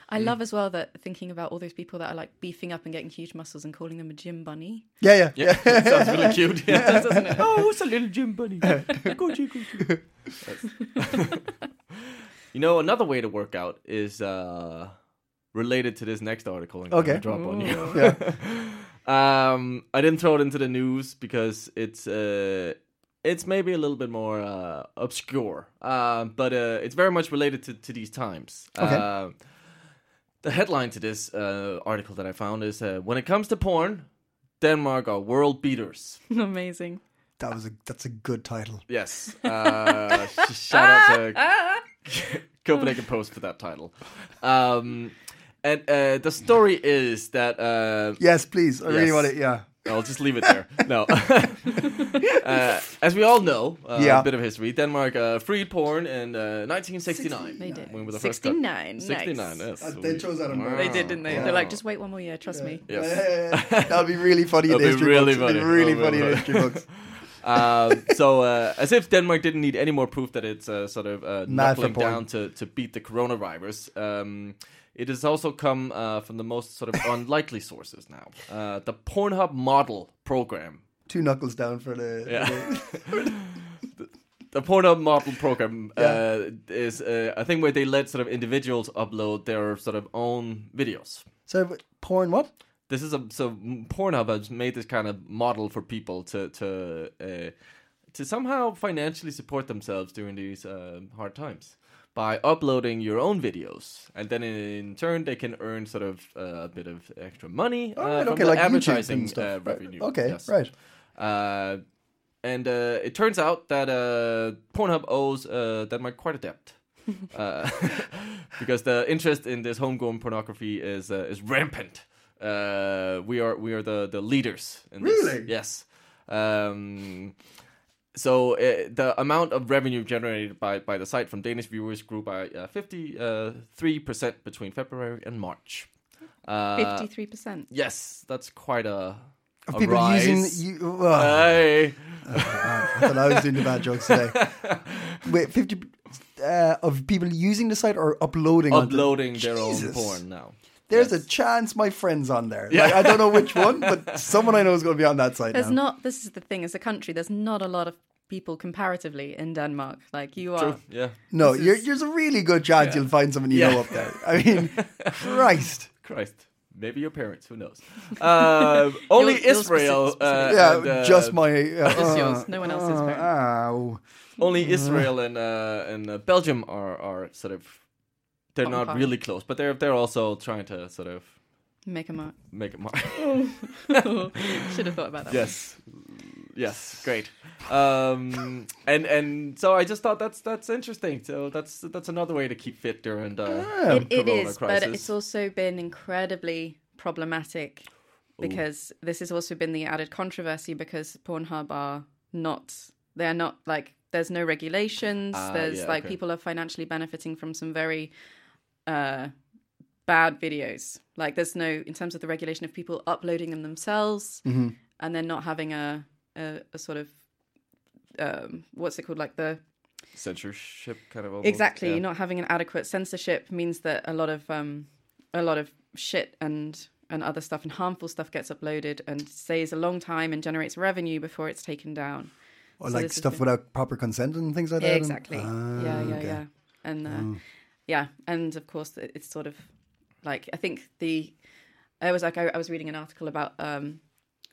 I love as well that thinking about all those people that are like beefing up and getting huge muscles and calling them a gym bunny. Yeah, yeah, Yeah, that sounds really cute. Yeah, it does, doesn't it? Oh, it's a little gym bunny. Go, Jim, go, Jim. That's- you know, another way to work out is uh, related to this next article. I'm Okay. gonna drop on you. um, I didn't throw it into the news because it's uh, it's maybe a little bit more uh, obscure, uh, but uh, it's very much related to, to these times. Okay. Uh, the headline to this uh, article that I found is uh, "When it comes to porn, Denmark are world beaters." Amazing. That was a that's a good title. Yes. Uh, sh- shout out to Copenhagen Post for that title. Um, and uh, the story is that uh, Yes, please. I really Yes. want it. Yeah. I'll just leave it there. No. uh, as we all know, uh, Yeah. a bit of history. Denmark uh, freed porn in uh, 1969. They did. When we were the first cut- 69. Nice. 69, yes. Uh, they chose that on Oh, Wow. purpose. They did, didn't they? They're like, just wait one more year. Trust me. Yes. That'll be really funny in That'd be history really books. It'd be funny. really That'd funny be in really history books. um, so, uh, as if Denmark didn't need any more proof that it's uh, sort of uh, Mad for knuckling porn. down to, to beat the coronavirus, um, it has also come uh, from the most sort of unlikely sources now. Uh, the Pornhub model program. Two knuckles down for the. Yeah. for the- The Pornhub model program uh, is uh, a thing where they let sort of individuals upload their sort of own videos. So porn, what? this is a so Pornhub has made this kind of model for people to to uh, to somehow financially support themselves during these uh, hard times by uploading your own videos, and then in turn they can earn sort of uh, a bit of extra money All uh, right, from okay, the like YouTube advertising and uh, stuff. right? revenue. Okay, Yes. right. Uh, and uh, it turns out that uh, Pornhub owes uh, Denmark quite a debt. uh, because the interest in this homegrown pornography is uh, is rampant. Uh, we are we are the, the leaders. In this. Really? Yes. Um, so uh, the amount of revenue generated by, by the site from Danish viewers grew by uh, fifty three percent between February and March. Uh, Fifty-three percent. Yes, that's quite a, Of a people rise. using. You, oh, Hey. I thought I was doing the bad jokes today. Wait, fifty uh, of people using the site or uploading. onto- uploading their own Jesus. porn now. There's Yes. a chance my friend's on there. Like, I don't know which one, but someone I know is going to be on that site There's now. not. This is the thing. As a country, there's not a lot of people comparatively in Denmark. Like you are. True. Yeah. No, you're, there's a really good chance you'll find someone you Yeah. know up there. I mean, Christ. Christ. Maybe your parents. Who knows? Um, only Yours- yours Israel. specific- Uh, Yeah, and, uh, just my. Uh, Just yours. No one else's. uh, parent. ow. Only Israel and uh, and uh, Belgium are are sort of they're Bottom not part. really close, but they're they're also trying to sort of Make a mark. make it more. Should have thought about that. yes, yes, great. Um, and and so I just thought that's that's interesting. So that's that's another way to keep uh, fit during the It, it corona is, crisis. but it's also been incredibly problematic because this has also been the added controversy because Pornhub are not, they're not like, there's no regulations. Ah, there's yeah, like okay. people are financially benefiting from some very uh, bad videos. Like there's no, in terms of the regulation of people uploading them themselves Mm-hmm. and then not having a, a, a sort of, um, what's it called? Like the, censorship kind of almost, exactly yeah. not having an adequate censorship means that a lot of um a lot of shit and and other stuff and harmful stuff gets uploaded and stays a long time and generates revenue before it's taken down Or So like this has stuff been- without proper consent and things like that. yeah, and- exactly Ah, yeah yeah okay. yeah and uh, yeah and of course it- it's sort of like i think the i was like i, I was reading an article about um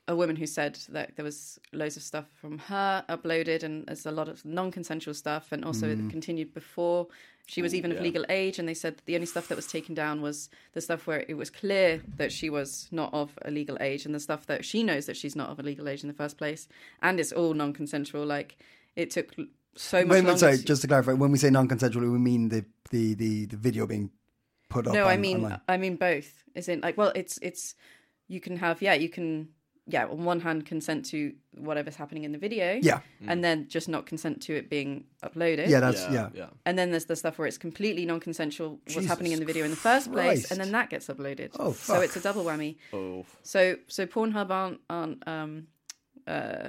a woman who said that there was loads of stuff from her uploaded and there's a lot of non-consensual stuff and also it continued before she was even of legal age and they said that the only stuff that was taken down was the stuff where it was clear that she was not of a legal age and the stuff that she knows that she's not of a legal age in the first place and it's all non-consensual like it took l- so much Wait, wait, longer sorry, to- just to clarify, when we say non-consensual, we mean the the the, the video being put up. no i on- mean uh, online. i mean both is in like well it's it's you can have yeah you can yeah on one hand consent to whatever's happening in the video Yeah. and then just not consent to it being uploaded yeah, that's yeah. yeah, yeah. and then there's the stuff where it's completely non-consensual what's Jesus happening in the video in the first place Christ. and then that gets uploaded Oh, so fuck. it's a double whammy Oh, so so Pornhub aren't aren't um uh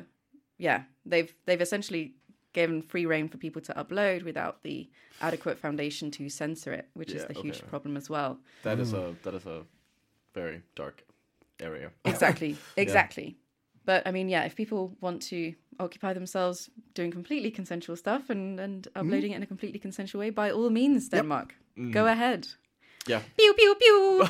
yeah they've they've essentially given free reign for people to upload without the adequate foundation to censor it, which is Yeah, the okay, huge right. problem as well. that is Mm. a that is a very dark area. Exactly, exactly. But I mean, yeah, if people want to occupy themselves doing completely consensual stuff and and Mm-hmm. uploading it in a completely consensual way, by all means, Denmark, go ahead. yeah. Pew pew pew.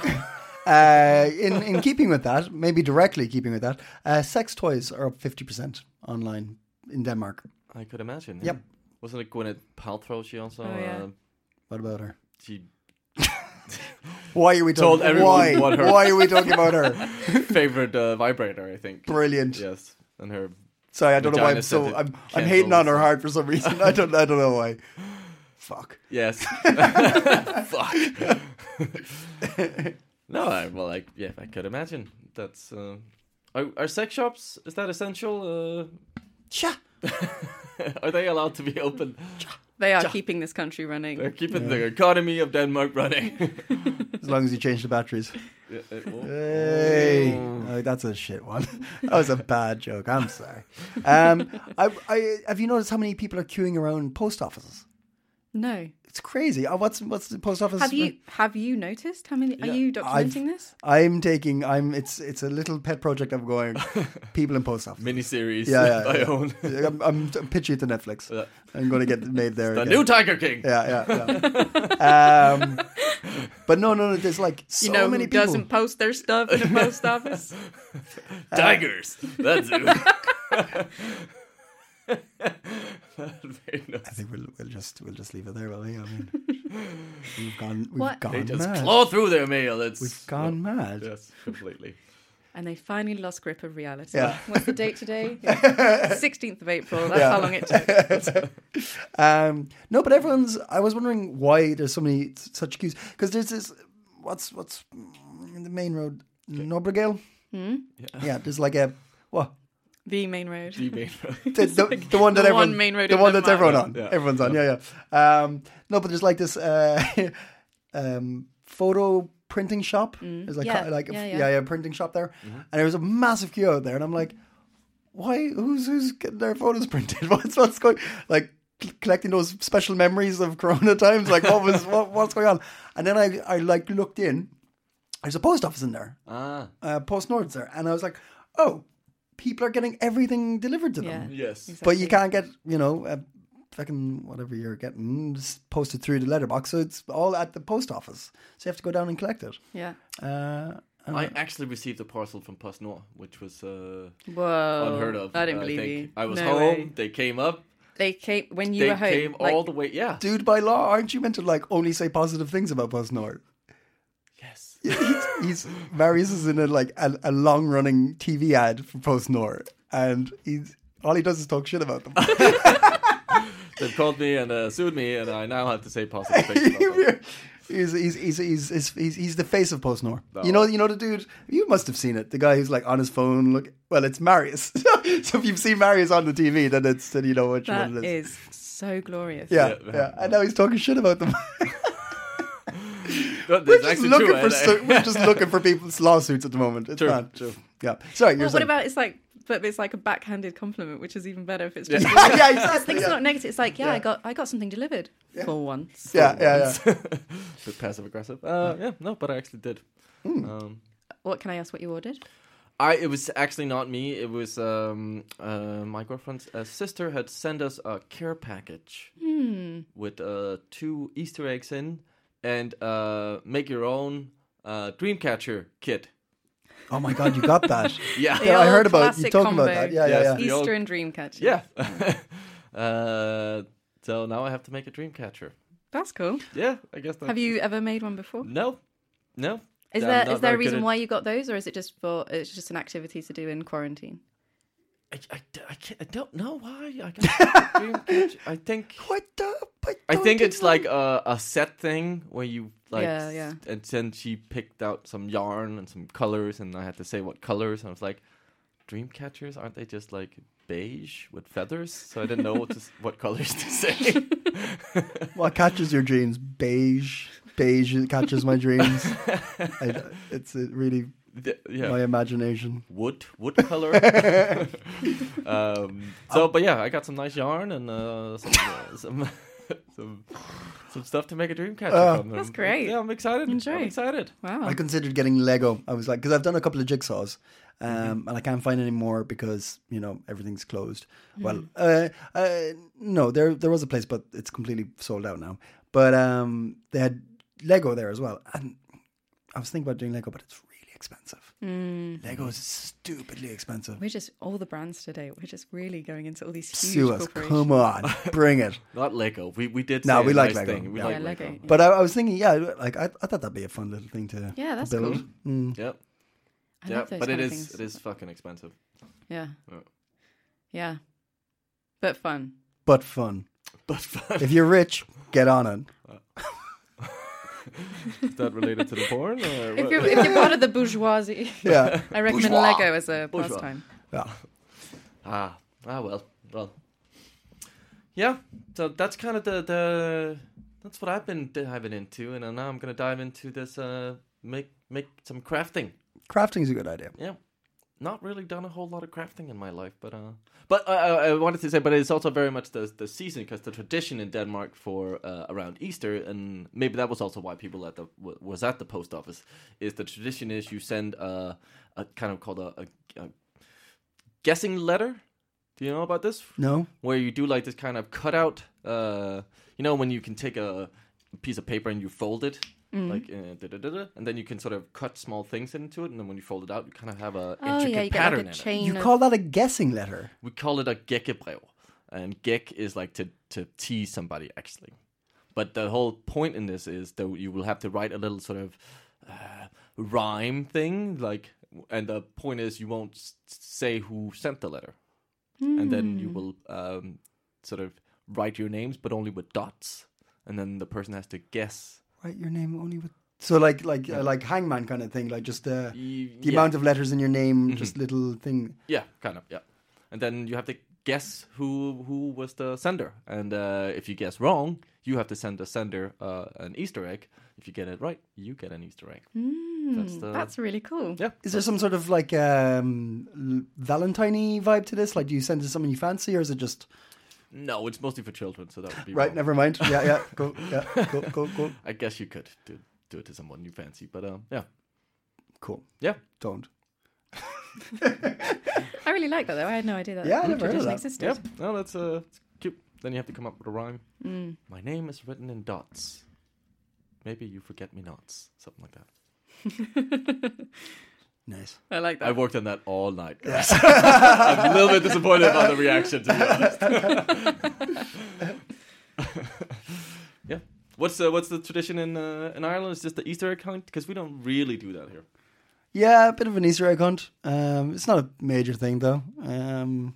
Uh, in in keeping with that, maybe directly keeping with that, uh, sex toys are up fifty percent online in Denmark. I could imagine. yeah. Yep. Wasn't it Gwyneth Paltrow? She also Oh, yeah. uh, What about her? she Why are we Told talking? everyone Why? what her- Why are we talking about her? favored uh, vibrator, I think. Brilliant. Yes, and her. Sorry, I don't know why Vagina I'm so scented I'm I'm hating on her candles. hard for some reason. I don't I don't know why. Fuck. Yes. Fuck. no, I well, like yeah, I could imagine. That's uh, are, are sex shops? Is that essential? Yeah. Uh, are they allowed to be open? They are keeping this country running. They're keeping the economy of Denmark running. As long as you change the batteries. Yeah, it will. Hey, Oh, that's a shit one. That was a bad joke. I'm sorry. Um, I, I, have you noticed how many people are queuing around post offices? No. It's crazy. Uh, what's what's the post office? Have you have you noticed how many? Are you I've- documenting this? I'm taking. I'm. It's it's a little pet project I'm going. People in post office. Miniseries. Yeah, yeah, I yeah. own. I'm, I'm t- pitching it to Netflix. I'm going to get it made there. The again. new Tiger King. yeah, yeah. yeah. um, but no, no, no. There's like so you know many who people. doesn't post their stuff in the post office? Tigers. That's it. Very nice. I think we'll, we'll just we'll just leave it there, will we? I mean, we've gone we've What? gone They just mad. claw through their mail. It's We've gone mad. Yes, completely. And they finally lost grip of reality. Yeah. What's the date today? Sixteenth of April. That's how long it took. Um, no, but everyone's. I was wondering why there's so many such queues because there's this. What's what's in the main road? Nobregale. Yeah. there's like a what The main road. The main road. the, the, the one that the everyone one main road the in one that's Denmark. everyone on Yeah. everyone's on yeah yeah. Um, no, but there's like this uh, um, photo printing shop. There's like Mm. Yeah, like yeah, yeah yeah. yeah, printing shop there, Mm-hmm. and there was a massive queue out there, and I'm like, why? Who's who's getting their photos printed? What's what's going like? c- Collecting those special memories of Corona times, like what was what, what's going on, and then I I like looked in. There's a post office in there, ah, uh, Post Nords there, and I was like, oh, people are getting everything delivered to them. Yeah. yes. But you can't get, you know, uh, fucking whatever you're getting just posted through the letterbox. So it's all at the post office. So you have to go down and collect it. Yeah. Uh, and I actually received a parcel from PostNord, which was uh, Whoa. unheard of. Oh, I didn't uh, believe think. you. I was No home. way. They came up. They came when you they were home. came like, all the way. Yeah. Dude, by law, aren't you meant to like only say positive things about Postnord? Yes. he's, he's Marius is in a like a, a long running TV ad for Postnord, and he's all he does is talk shit about them. They've called me and uh, sued me, and I now have to say positive things. about them. He's, he's, he's, he's, he's, he's, he's the face of Postnord. You know, you know the dude. You must have seen it. The guy who's like on his phone. Look, well, it's Marius. so if you've seen Marius on the TV, then it's then you know which That one it is. is so glorious. Yeah, Yeah. yeah, And now he's talking shit about them. But we're it's just actually looking true, for and I- so, we're just looking for people's lawsuits at the moment. It's True, mad. true. Yeah. Sorry. Well, you're what saying. about it's like, but it's like a backhanded compliment, which is even better if it's just. yeah, yeah, exactly. It's yeah. not negative. It's like, yeah, I got I got something delivered for once. yeah, yeah, yeah. bit passive aggressive. Uh, yeah, no, but I actually did. Um, What can I ask? What you ordered? I it was actually not me. It was um, uh, my girlfriend's uh, sister had sent us a care package Hmm. with uh, two Easter eggs in and uh, make your own uh, Dreamcatcher kit. Oh my god, you got that. Yeah, The Yeah, I old heard about you classic talking about combo. that. Yeah, yeah, Yes. yeah. The old- Easter and Dreamcatcher. yeah. uh, so now I have to make a Dreamcatcher. that's cool. Yeah, I guess. That's, Have you ever made one before? No, no. Is I'm there not is very there a good reason at- why you got those, or is it just for it's just an activity to do in quarantine? I, I, I, can't, I don't know why. I, got Dreamcatcher. I think. What the? But I don't think do it's like a, a set thing where you like, Yeah, yeah. s- and then she picked out some yarn and some colors, and I had to say what colors, and I was like, dream catchers aren't they just like beige with feathers? So I didn't know what, to, s- what colors to say. that. What catches your dreams? Beige. Beige catches my dreams. I, it's it really The- yeah, my imagination. wood, wood color. um, so, but yeah, I got some nice yarn and uh, some. Uh, some Some, some stuff to make a dream catcher Uh, from them. That's great. Yeah, I'm excited. I'm Enjoy. excited. Wow. I considered getting Lego. I was like, because I've done a couple of jigsaws, um, and I can't find any more because you know everything's closed. Well, uh, uh, no, there there was a place, but it's completely sold out now. But um, they had Lego there as well, and I was thinking about doing Lego, but it's really expensive. Lego is stupidly expensive. We're just all the brands today. We're just really going into all these huge Sue us, corporations. come on, bring it. Not Lego. We we did. No, say we a like nice Lego. Thing. We Yeah. like um, Yeah, Lego. Lego. But I, I was thinking, yeah, like I, I thought that'd be a fun little thing to Yeah, that's to build. Mm, cool. Yep. I Yeah, love those but it is kind of things. it is fucking expensive. Yeah. Yeah. Yeah. But fun. but fun. But fun. If you're rich, get on it. is that related to the porn? Or If what? you're, if you're part of the bourgeoisie, Yeah. I recommend Bourgeois. Lego as a Bourgeois. pastime. yeah. Ah, ah, well, well. Yeah, so that's kind of the the that's what I've been diving into, and now I'm gonna dive into this uh make make some crafting. Crafting's a good idea. Yeah. Not really done a whole lot of crafting in my life, but uh, but I, I I wanted to say, but it's also very much the the season because the tradition in Denmark for uh, around Easter, and maybe that was also why people at the wa- was at the post office, is the tradition is you send a, a kind of called a, a, a guessing letter. Do you know about this? No? where you do like this kind of cutout. Uh, you know when you can take a piece of paper and you fold it, Mm-hmm. like uh, da, da, da, da, and then you can sort of cut small things into it, and then when you fold it out, you kind of have a Oh, intricate yeah, you get pattern like a in it. chain You of... call that a guessing letter? We call it a gekkebrev, and gek is like to to tease somebody actually. But the whole point in this is that you will have to write a little sort of uh, rhyme thing, like, and the point is you won't s- say who sent the letter, and then you will um, sort of write your names, but only with dots, and then the person has to guess. Write your name only with. So, like, like, uh, like hangman kind of thing, like just uh, the Y- yeah. Mm-hmm. amount of letters in your name, just little thing. Yeah, kind of. Yeah, and then you have to guess who who was the sender, and uh, if you guess wrong, you have to send the sender uh, an Easter egg. If you get it right, you get an Easter egg. that's the hmm, That's really cool. yeah. Is there some sort of like um, l- Valentine vibe to this? Like, do you send it to someone you fancy, or is it just No, it's mostly for children, so that would be right? wrong. Never mind. Yeah, yeah, go, yeah, go, go, go. I guess you could do, do it to someone you fancy, but um, yeah, Cool. yeah. Don't. I really like that though. I had no idea that Yeah, I that never heard of tradition that. existed. Yep. No, that's uh, it's cute. Then you have to come up with a rhyme. My name is written in dots. Maybe you forget me nots, something like that. Nice. I like that. I worked on that all night. guys. I'm a little bit disappointed about the reaction, to be honest. yeah. What's the what's the tradition in uh, in Ireland? Is just the Easter egg hunt? Because we don't really do that here. Yeah, a bit of an Easter egg hunt. Um, it's not a major thing though. Um,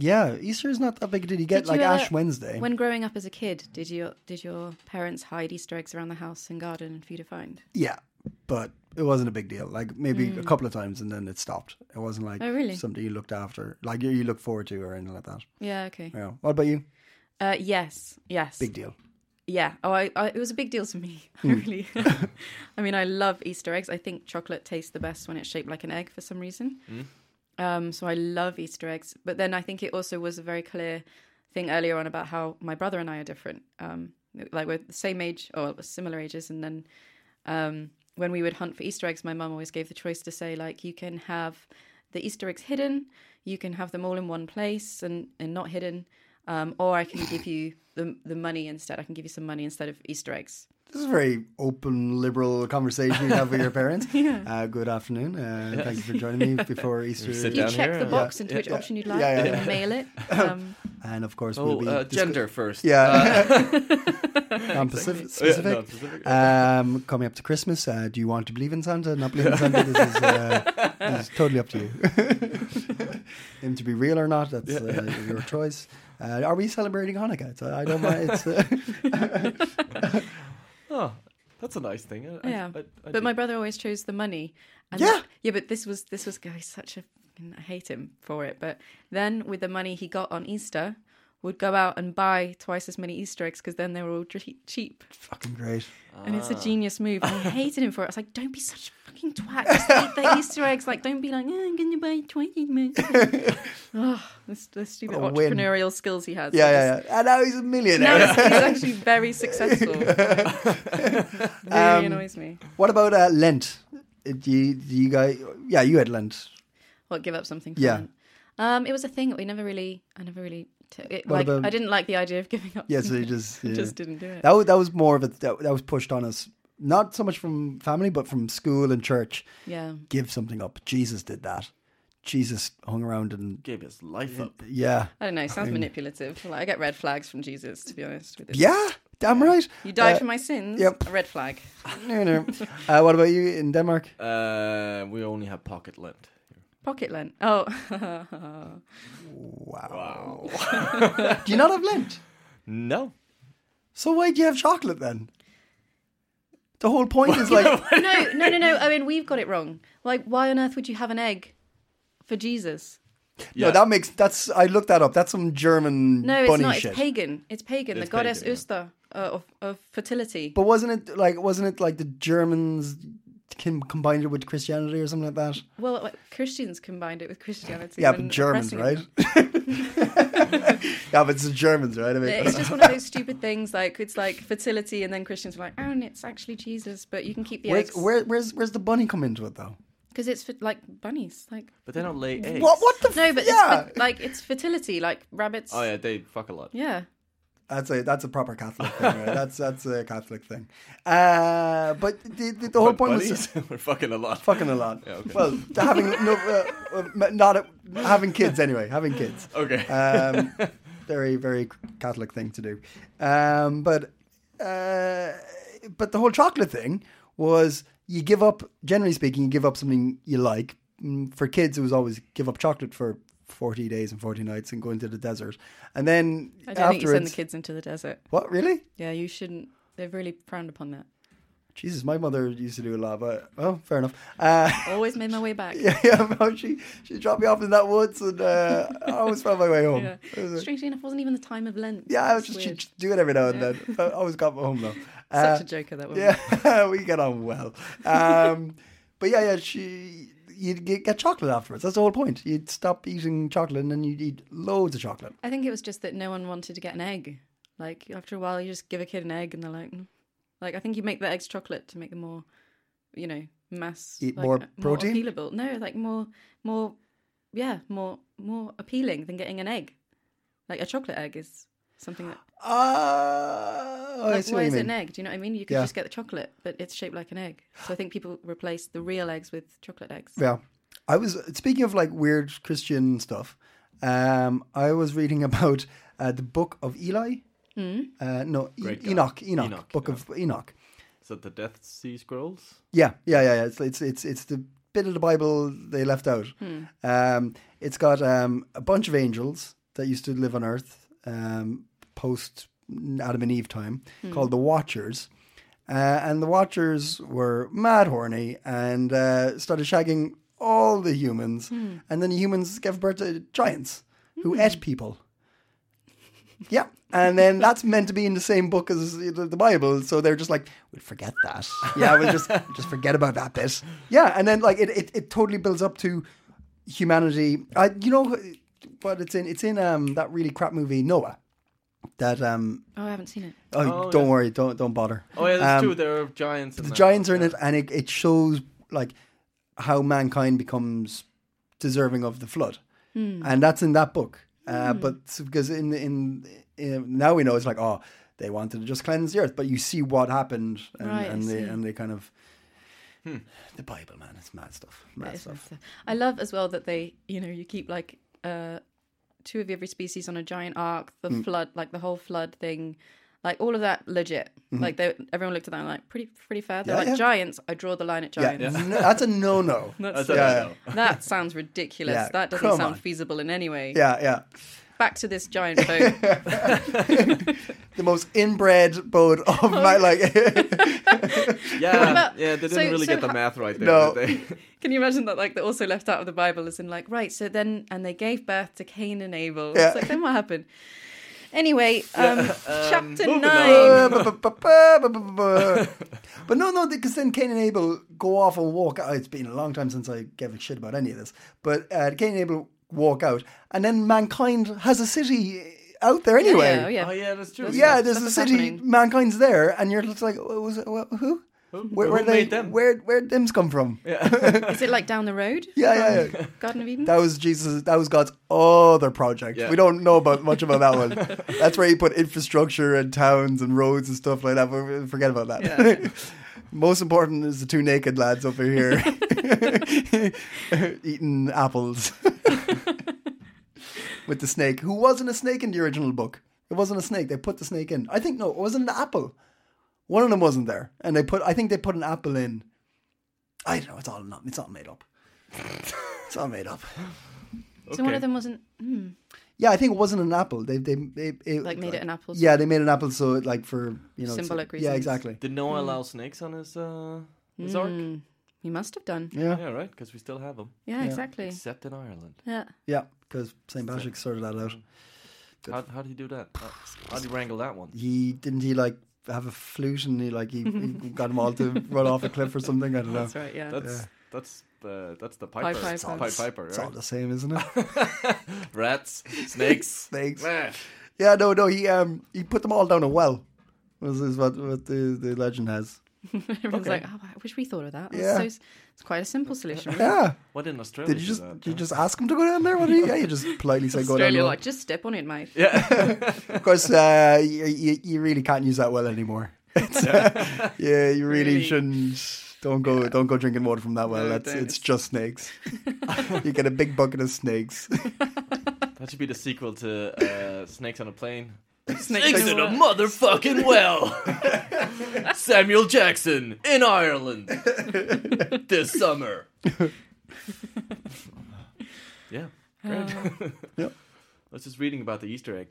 yeah, Easter is not that big a deal. You get Did like you ever- Ash Wednesday. When growing up as a kid, did your did your parents hide Easter eggs around the house and garden for you to find? Yeah, but it wasn't a big deal. Like maybe a couple of times, and then it stopped. It wasn't like Hmm. Oh, really? something you looked after, like you, you look forward to or anything like that. Yeah. Okay. Yeah. What about you? Uh, yes. Yes. Big deal. Yeah. Oh, I, I, it was a big deal to me. I really. I mean, I love Easter eggs. I think chocolate tastes the best when it's shaped like an egg for some reason. Um, so I love Easter eggs. But then I think it also was a very clear thing earlier on about how my brother and I are different. Um, like we're the same age or similar ages, and then um, when we would hunt for Easter eggs, my mum always gave the choice to say, like, you can have the Easter eggs hidden, you can have them all in one place and, and not hidden, um, or I can give you the, the money instead. I can give you some money instead of Easter eggs. This is a very open, liberal conversation you have with your parents. uh, good afternoon. Uh, Thank you for joining me before Easter. sit You down check here, the uh, box into which yeah, option you'd like yeah, yeah, yeah. and mail it. Um, And of course, Oh, we'll be uh, discu- gender first. Uh, Yeah. non specific. Yeah, no, specific. Um, coming up to Christmas, uh, do you want to believe in Santa? Not believe in Santa? This is, uh, this is totally up to you. Him to be real or not, that's uh, your choice. Uh, are we celebrating Hanukkah? It's, I don't mind. It's, uh, Oh, that's a nice thing. I- I- yeah, I- I but do- my brother always chose the money. And Yeah. that- yeah, but this was this was guy such a fucking- I hate him for it. But then with the money he got on Easter, would go out and buy twice as many Easter eggs because then they were all dre- cheap. fucking great. And it's a Ah. genius move. I hated him for it. I was like, don't be such a fucking twat. Just eat the Easter eggs. Like, don't be like, "Oh, I'm going to buy twenty more. oh, this, this stupid What a win. entrepreneurial skills he has. Yeah, He yeah, yeah. And now he's a just- millionaire. Now he's, he's actually very successful. really Um, annoys me. What about uh, Lent? Uh, Do you, do you guys? Yeah, you had Lent. What give up something? For Yeah. Lent. Um, it was a thing that we never really, I never really, t- it, What like, about- I didn't like the idea of giving up. Yeah, so you something. just yeah. just didn't do it. That was, that was more of a that, that was pushed on us, not so much from family, but from school and church. yeah. Give something up. Jesus did that. Jesus hung around and gave his Mm. life up. yeah, I don't know. It sounds manipulative. Like, I get red flags from Jesus, to be honest. With this. Mm. yeah, damn right. You died Uh, for my sins. yep. A red flag. No, no. Uh, what about you in Denmark? Uh, we only have pocket lint. Pocket lent. Oh. Wow. do you not have Lent? No. So why do you have chocolate then? The whole point is like no, no, no, no. I mean, we've got it wrong. Like, why on earth would you have an egg for Jesus? no, that makes that's I looked that up. That's some German No, it's bunny not. shit. It's pagan. It's pagan. It's the goddess pagan, yeah. Usta uh, of, of fertility. But wasn't it like wasn't it like the Germans can combined it with Christianity or something like that? Well, like, Christians combined it with Christianity. yeah, when but Germans, oppressing it. right? yeah, but it's the Germans, right? I mean, It's just one of those stupid things. Like it's like fertility, and then Christians were like, "Oh, and it's actually Jesus, but you can keep the where's, eggs where, where's where's the bunny come into it though? because it's for, like bunnies." Like But they don't lay eggs. What what the no, but yeah? it's for, like it's fertility, like rabbits. Oh yeah, they fuck a lot. yeah. that's a that's a proper Catholic thing. Right? That's that's a Catholic thing. Uh, but the, the, the whole point was just we're fucking a lot. fucking a lot. okay. Well, having no, uh, uh, not a, having kids anyway, having kids. Okay. um, very very Catholic thing to do. Um, but uh, but the whole chocolate thing was you give up. Generally speaking, you give up something you like. Mm, For kids, it was always give up chocolate for. 40 days and 40 nights and go into the desert. And then I don't think Oh, you send afterwards. the kids into the desert. What, really? Yeah, you shouldn't. They've really frowned upon that. Jesus, my mother used to do a lot, but, well, fair enough. Uh, Always made my way back. yeah, yeah, bro, she, she dropped me off in that woods and uh, I always found my way home. Yeah. It was like- Strangely enough, wasn't even the time of Lent. Yeah, I was It's just weird. she'd do it every now and then. I always got my home though. Uh, such a joker that woman. yeah, we get on well. Um, but yeah, yeah, she you'd get, get chocolate afterwards. That's the whole point. You'd stop eating chocolate and then you'd eat loads of chocolate. I think it was just that no one wanted to get an egg. Like after a while, you just give a kid an egg, and they're like, "Mm." like I think you make the eggs chocolate to make them more, you know, mass Eat like, more uh, protein? appealable. No, like more, more, yeah, more, more appealing than getting an egg. Like a chocolate egg is something that Uh, oh, I like, see why what you is it mean. an egg? Do you know what I mean? You could Yeah. just get the chocolate, but it's shaped like an egg. So I think people replace the real eggs with chocolate eggs. Yeah. I was speaking of like weird Christian stuff. Um, I was reading about uh, the book of Eli. Hmm? Uh, no, E- Great guy. Enoch, Enoch, Enoch, book yeah. of Enoch. Is that the Death Sea Scrolls? Yeah, yeah, yeah. yeah. It's it's it's it's the bit of the Bible they left out. Um, it's got um, a bunch of angels that used to live on Earth um, post Adam and Eve time, called the Watchers. Uh, and the Watchers were mad horny and uh, started shagging all the humans. And then the humans gave birth to giants who ate people. Yeah. And then that's meant to be in the same book as the the Bible. So they're just like, we'll forget that. Yeah, we'll just just forget about that bit. Yeah. And then like it, it, it totally builds up to humanity. I you know what it's in it's in um that really crap movie Noah. That um Oh, I haven't seen it. oh, Oh, don't yeah. worry, don't don't bother. Oh yeah, that's Um, true. There are giants. the giants are in it and it, it shows like how mankind becomes deserving of the flood Hmm. and that's in that book uh, but s- because in, in in now we know it's like oh they wanted to just cleanse the earth but you see what happened and, Right, I and they see. and they kind of the bible man it's mad stuff mad It's stuff nice. I love as well that they, you know, you keep like uh, two of every species on a giant arc, the Mm. flood, like the whole flood thing, like all of that legit. Like they, everyone looked at that and like pretty, pretty fair. They're Mm-hmm. Yeah, yeah. like giants. I draw the line at yeah, giants. no- that's a no-no That's, yeah, that sounds ridiculous. Yeah, that doesn't come sound on. feasible in any way. yeah yeah Back to this giant boat. the most inbred boat Oh, of my like Yeah, about- yeah. They didn't so- really so get the ho- math right there. No. Did they? Can you imagine that? Like they're also left out of the Bible, as in like right. So then, and they gave birth to Cain and Abel. Yeah. Uh, It's like then what happened? Anyway, um, chapter moving nine. but no, no, because then Cain and Abel go off and walk out. It's been a long time since I gave a shit about any of this. But uh, Cain and Abel walk out, and then mankind has a city out there Uh, anyway. Yeah, oh, yeah. Oh yeah, that's true. Yeah, Stuff- there's stuff a is city. happening. Mankind's there, and you're just like, what was it, what, who? Where, Who where they? made them? Where where them's come from? Yeah, Is it like down the road? yeah, yeah. Garden of Eden. That was Jesus. That was God's other project. Yeah. We don't know about much about that one. That's where He put infrastructure and towns and roads and stuff like that. But we- forget about that. Most important is the two naked lads over here eating apples with the snake, who wasn't a snake in the original book. It wasn't a snake. They put the snake in. I think no, it wasn't an apple. One of them wasn't there, and they put. I think they put an apple in. I don't know. It's all not. It's all made up. It's all made up. So one Okay. of them wasn't. Hmm. Yeah, I think it wasn't an apple. They they, they it, Like, made it an apple? Yeah, they made an apple, so it, like for you know it's- Symbolic Yeah, reasons. exactly. Did Noah allow snakes on his uh, his Hmm. ark? Hmm. He must have done. Yeah, Yeah, Yeah, right. Because we still have them, exactly. except in Ireland. Yeah. yeah, because Saint Patrick sorted that out. How how did he do that? How- How did he wrangle that one? He didn't he like have a flute and he like he, he got them all to run off a cliff or something. I don't know. That's right. Yeah. That's that's the that's the piper. Piper. Pied piper. It's all right? the same, isn't it? Rats, snakes, Snakes. man. yeah, no, no. He um he put them all down a well. Was is what what the, the legend has. Everyone's okay. like, oh, I wish we thought of that. That's Yeah. so s- it's quite a simple solution. Really. Yeah. Why didn't Australia Did you do just that? did you just ask him to go down there? What do you? Yeah, you just politely say go down. Australia, there. like, just step on it, mate. Of course, uh, you, you, you really can't use that well anymore. It's, uh, yeah, you really, Really. shouldn't. Don't go, don't go drinking water from that well. No, That's don't. it's just snakes. you get a big bucket of snakes. That should be the sequel to uh, Snakes on a Plane. Snakes in water. motherfucking well. Samuel Jackson in Ireland this summer. yeah, great. Yep. I was just reading about the Easter egg.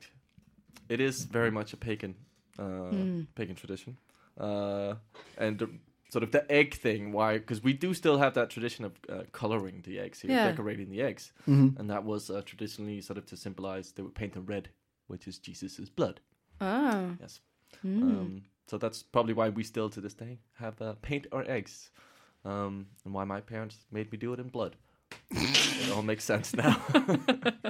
It is very much a pagan, uh, pagan tradition, uh, and the, sort of the egg thing. Why? Because we do still have that tradition of uh, coloring the eggs here, Yeah. decorating the eggs, and that was uh, traditionally sort of to symbolize they would paint them red, which is Jesus's blood. Oh. Yes. Um, so that's probably why we still to this day have uh, paint our eggs, um, and why my parents made me do it in blood. it all makes sense now.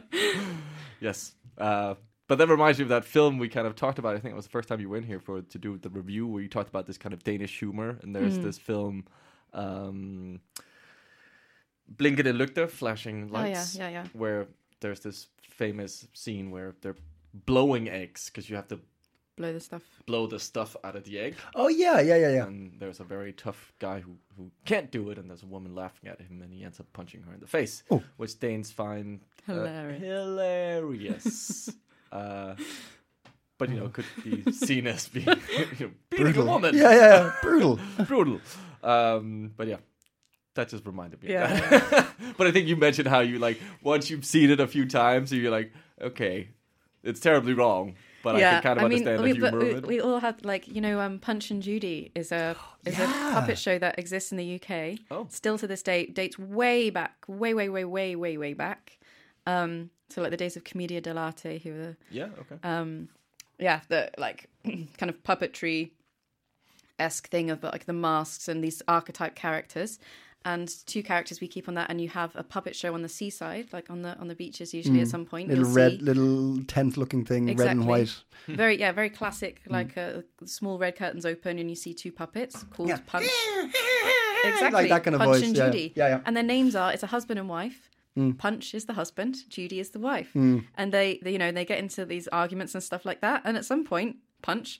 yes. Uh, but that reminds me of that film we kind of talked about. I think it was the first time you were in here for to do the review where you talked about this kind of Danish humor, and Mm. there's this film. Um, Blinkende lygter, flashing Oh, yeah, lights. yeah, yeah. Where there's this famous scene where they're blowing eggs because you have to blow the stuff. blow the stuff out of the egg. Oh yeah, yeah, yeah, yeah. And there's a very tough guy who, who can't do it, and there's a woman laughing at him, and he ends up punching her in the face, Oh. which Danes find uh, Hilarious. hilarious. uh, but you know, could be seen as being you know, beating a woman, Yeah, yeah, yeah. brutal. brutal. Um, but yeah. That just reminded me. Yeah. Of that. but I think you mentioned how you like once you've seen it a few times, you're like, okay, it's terribly wrong, but I can kind of understand we, the but humor we, of it. we all had like you know, um, Punch and Judy is a is a puppet show that exists in the UK. Oh. still to this day, dates way back, way, way, way, way, way, way back. Um, so like the days of Commedia dell'arte, who were yeah. Okay. Uh, yeah, the like kind of puppetry esque thing of like the masks and these archetype characters. And two characters we keep on that, and you have a puppet show on the seaside, like on the on the beaches usually Mm. at some point. Little You'll red, see- little tent-looking thing, red and Exactly. white. Hmm. very yeah, very classic. Like uh, small red curtains open, and you see two puppets called Punch. exactly, Like that kind of Punch voice, and yeah. Judy. Yeah, Hmm. yeah. And their names are it's a husband and wife. Punch is the husband, Judy is the wife, Hmm. and they, they you know they get into these arguments and stuff like that. And at some point, Punch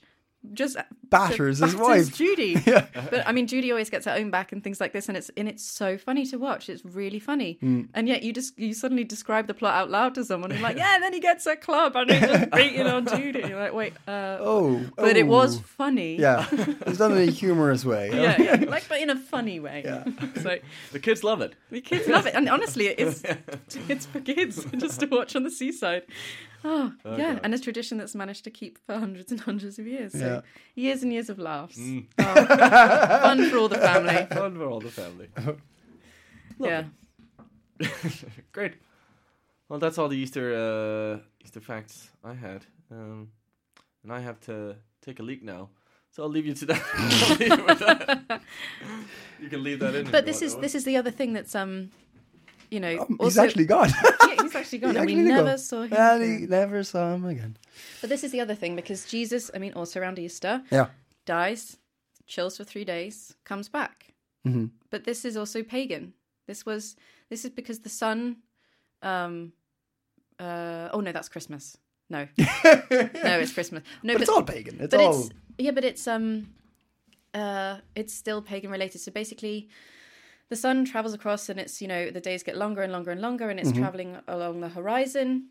just Batters his batters wife. Judy. But I mean, Judy always gets her own back and things like this, and it's and it's so funny to watch. It's really funny, Hmm. and yet you just you suddenly describe the plot out loud to someone, and you're like, yeah, and then he gets a club, and he's just beating on Judy. And you're like, wait, uh, Oh, but it was oh. funny. Yeah, it's done in a humorous way. yeah, yeah, like but in a funny way. so the kids love it. the kids love it, and honestly, it is it's for kids just to watch on the seaside. Oh, yeah, and it's tradition that's managed to keep for hundreds and hundreds of years. So years and years of laughs. Oh, fun for all the family. Fun for all the family. Yeah. Great. Well, that's all the Easter uh, Easter facts I had, um, and I have to take a leak now, so I'll leave you to that. I'll leave you with that. You can leave that in. if But you this want. is this is the other thing that's um, you know, Um, he's also, actually gone. yeah, he's actually gone, He and we actually did go. never saw him. And again. he never saw him again. But this is the other thing because Jesus, I mean, also around Easter, Yeah. dies, chills for three days, comes back. Mm-hmm. But this is also pagan. This was this is because the sun. Um, uh, oh no, that's Christmas. No, no, it's Christmas. No, But it's all pagan. It's all. it's yeah, but it's um, uh, it's still pagan related. So basically, the sun travels across, and it's you know the days get longer and longer and longer, and it's Mm-hmm. traveling along the horizon.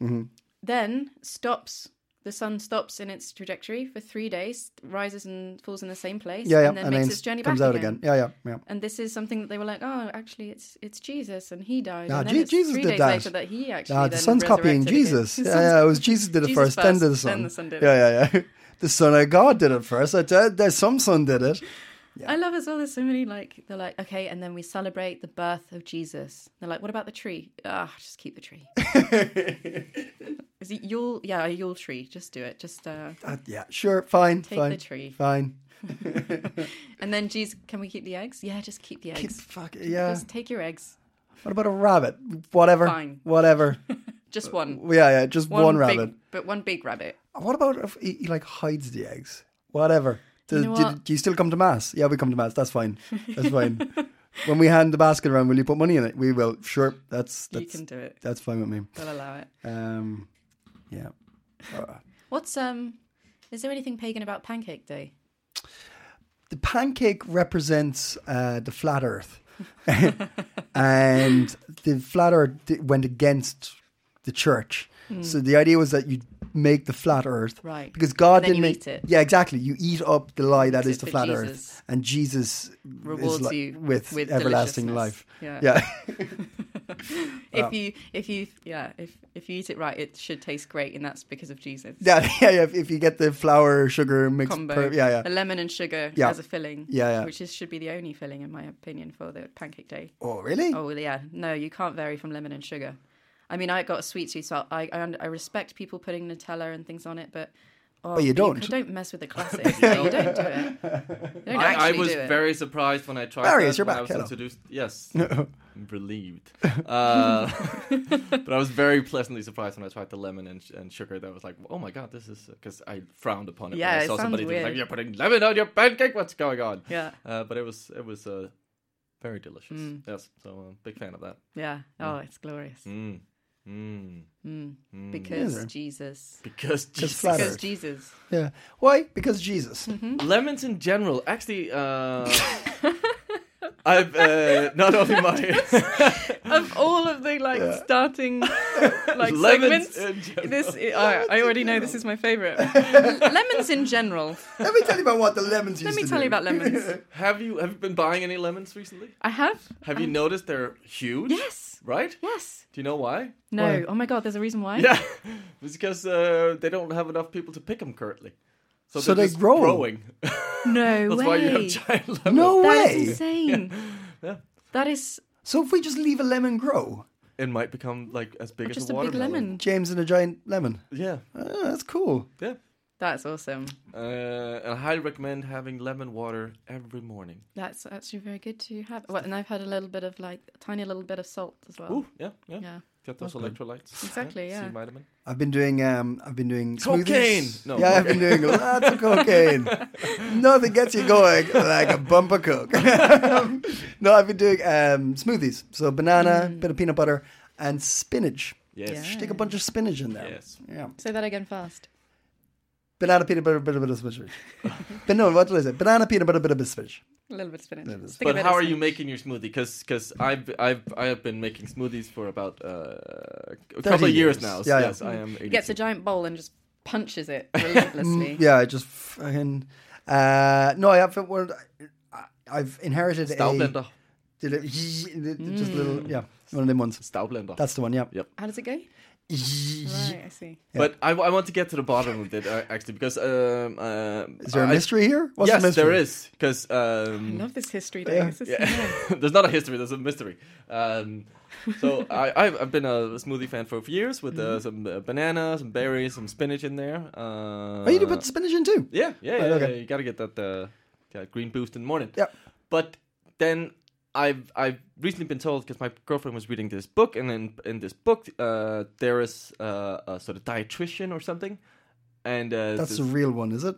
Then stops. The sun stops in its trajectory for three days, rises and falls in the same place, yeah, yeah. and then makes its s- journey comes back out again. Yeah, yeah, yeah. And this is something that they were like, oh, actually, it's it's Jesus, and he died. Ah, and then Je- it's Jesus three did days that. later that he actually. Ah, the then son's copying resurrected again. Jesus. The Yeah, son's- yeah, it was Jesus did it Jesus first, then first, did the then son. the son did it. yeah, yeah, yeah. The son of God did it first. I tell there's some son did it. I love as well. There's so many like they're like okay, and then we celebrate the birth of Jesus. They're like, what about the tree? Ah, just keep the tree. Is it Yule? Yeah, a Yule tree. Just do it. Just uh, Uh, yeah, sure, fine, Take fine, the tree. fine. and then Jesus, can we keep the eggs? Yeah, just keep the Keep, uh, eggs. fuck, yeah. Just take your eggs. What about a rabbit? Whatever. Fine. Whatever. Just one. Yeah, yeah. Just one, big- rabbit. but one big rabbit. What about if he, he like hides the eggs? Whatever. Do, You know do- what? do you still come to mass? Yeah, we come to mass. That's fine. That's fine. when we hand the basket around, will you put money in it? We will. Sure. That's You that's can do it. that's fine with me. They'll allow it. Um, yeah. Uh, What's um? Is there anything pagan about Pancake Day? the pancake represents uh, the flat Earth, and the flat Earth di- went against the church. So the idea was that you make the flat Earth, Hmm. Right. Because God And then didn't you make eat it. Yeah, exactly. You eat up the lie that is Except the for flat Jesus Earth, and Jesus Rewards is li- you with, with everlasting deliciousness. life. Yeah. yeah. Uh, If you if you yeah if if you eat it right, it should taste great, and that's because of Jesus. yeah, yeah, yeah. If, if you get the flour sugar mixed, combo. per- yeah, yeah. A lemon and sugar Yeah. as a filling. Yeah, yeah. Which is, should be the only filling, in my opinion, for the pancake day. Oh, really? Oh, yeah. No, you can't vary from lemon and sugar. I mean, I got a sweet tooth, so I, I, und- I respect people putting Nutella and things on it, but. Oh, But you don't. c- don't mess with the classics. no, you don't do it. You don't I, I actually was do it. very surprised when I tried. Marius, that you're when back. I was Hello. introduced. Yes, I'm relieved. Uh, but I was very pleasantly surprised when I tried the lemon and, and sugar. That was like, oh my god, this is because I frowned upon it. Yeah, when I it saw sounds somebody do it, like weird. you're putting lemon on your pancake. What's going on? Yeah. Mm. Uh, but it was it was uh, very delicious. Yes, so uh, big fan of that. Mm. Yeah. Oh, it's glorious. Mm. because Yeah. Jesus. because Jesus. flat Because Earth. Jesus. Yeah. Why? Because Jesus. lemons in general. Actually, uh, I've uh, not only my Of all of the like starting like lemons segments, in general. this I, I already know this is my favorite. L- lemons in general. Let me tell you about what the lemons used Let me to tell do. you about lemons. Have you have you been buying any lemons recently? I have. Have you noticed they're huge? Um, Yes. Right? Yes. Do you know why? No. Why? Oh my God. There's a reason why. Yeah, it's because uh, they don't have enough people to pick them currently. So they're they just grow. growing. No That's way. why you have giant lemons. No That is way. insane. That is So if we just leave a lemon grow, It might become like as big as just a a big watermelon. lemon. James and a giant lemon. Yeah, Ah, that's cool. yeah. That's awesome. Uh, and I highly recommend having lemon water every morning. That's actually very good to have. Well, and I've had a little bit of like a tiny little bit of salt as well. Ooh, yeah, yeah. Yeah. Get those electrolytes. Exactly, yeah. C vitamin. I've been doing um I've been doing smoothies. Cocaine! No, yeah, I've been doing lots of cocaine. Nothing gets you going like a bump of coke. no, I've been doing um smoothies. So banana, bit of peanut butter, and spinach. Yes. Stick a bunch of spinach in there. Yes. Yeah. Say that again fast. Banana, peanut butter, bit of bit of spinach. but no, what did I say? Banana, peanut butter, bit of bit of spinach. A little bit of spinach. is- Stick a But bit how of are you spinach. making your smoothie? Because I've I've I have been making smoothies for about uh, a couple of years, years. now. Yeah, yeah. yes, I am. Gets a giant bowl and just punches it Mm, relentlessly. Mm, Yeah, I just fucking. Uh, no, I have. Well, I- I've inherited a. Staublender. Did it, just Hmm. little. Yeah, one of them ones. Staublender. That's the one. Yeah. Yep. How does it go? Right, I see. But I, I want to get to the bottom of it uh, actually because um, um, Is there a I- mystery here? What's yes, the mystery? there is because I um, love this history day. This is yeah, there's not a history, there's a mystery. Um, so I, I've, I've been a smoothie fan for years with Mm-hmm. uh, some uh, banana, some berries, some spinach in there. Uh, Oh, you do put spinach in too. yeah, yeah, Right, yeah, okay. yeah, You gotta get that uh, that green boost in the morning. Yep. But then I've I've recently been told because my girlfriend was reading this book, and in in this book uh, there is uh, a sort of dietitian or something, and uh, That's this- the real one, is it?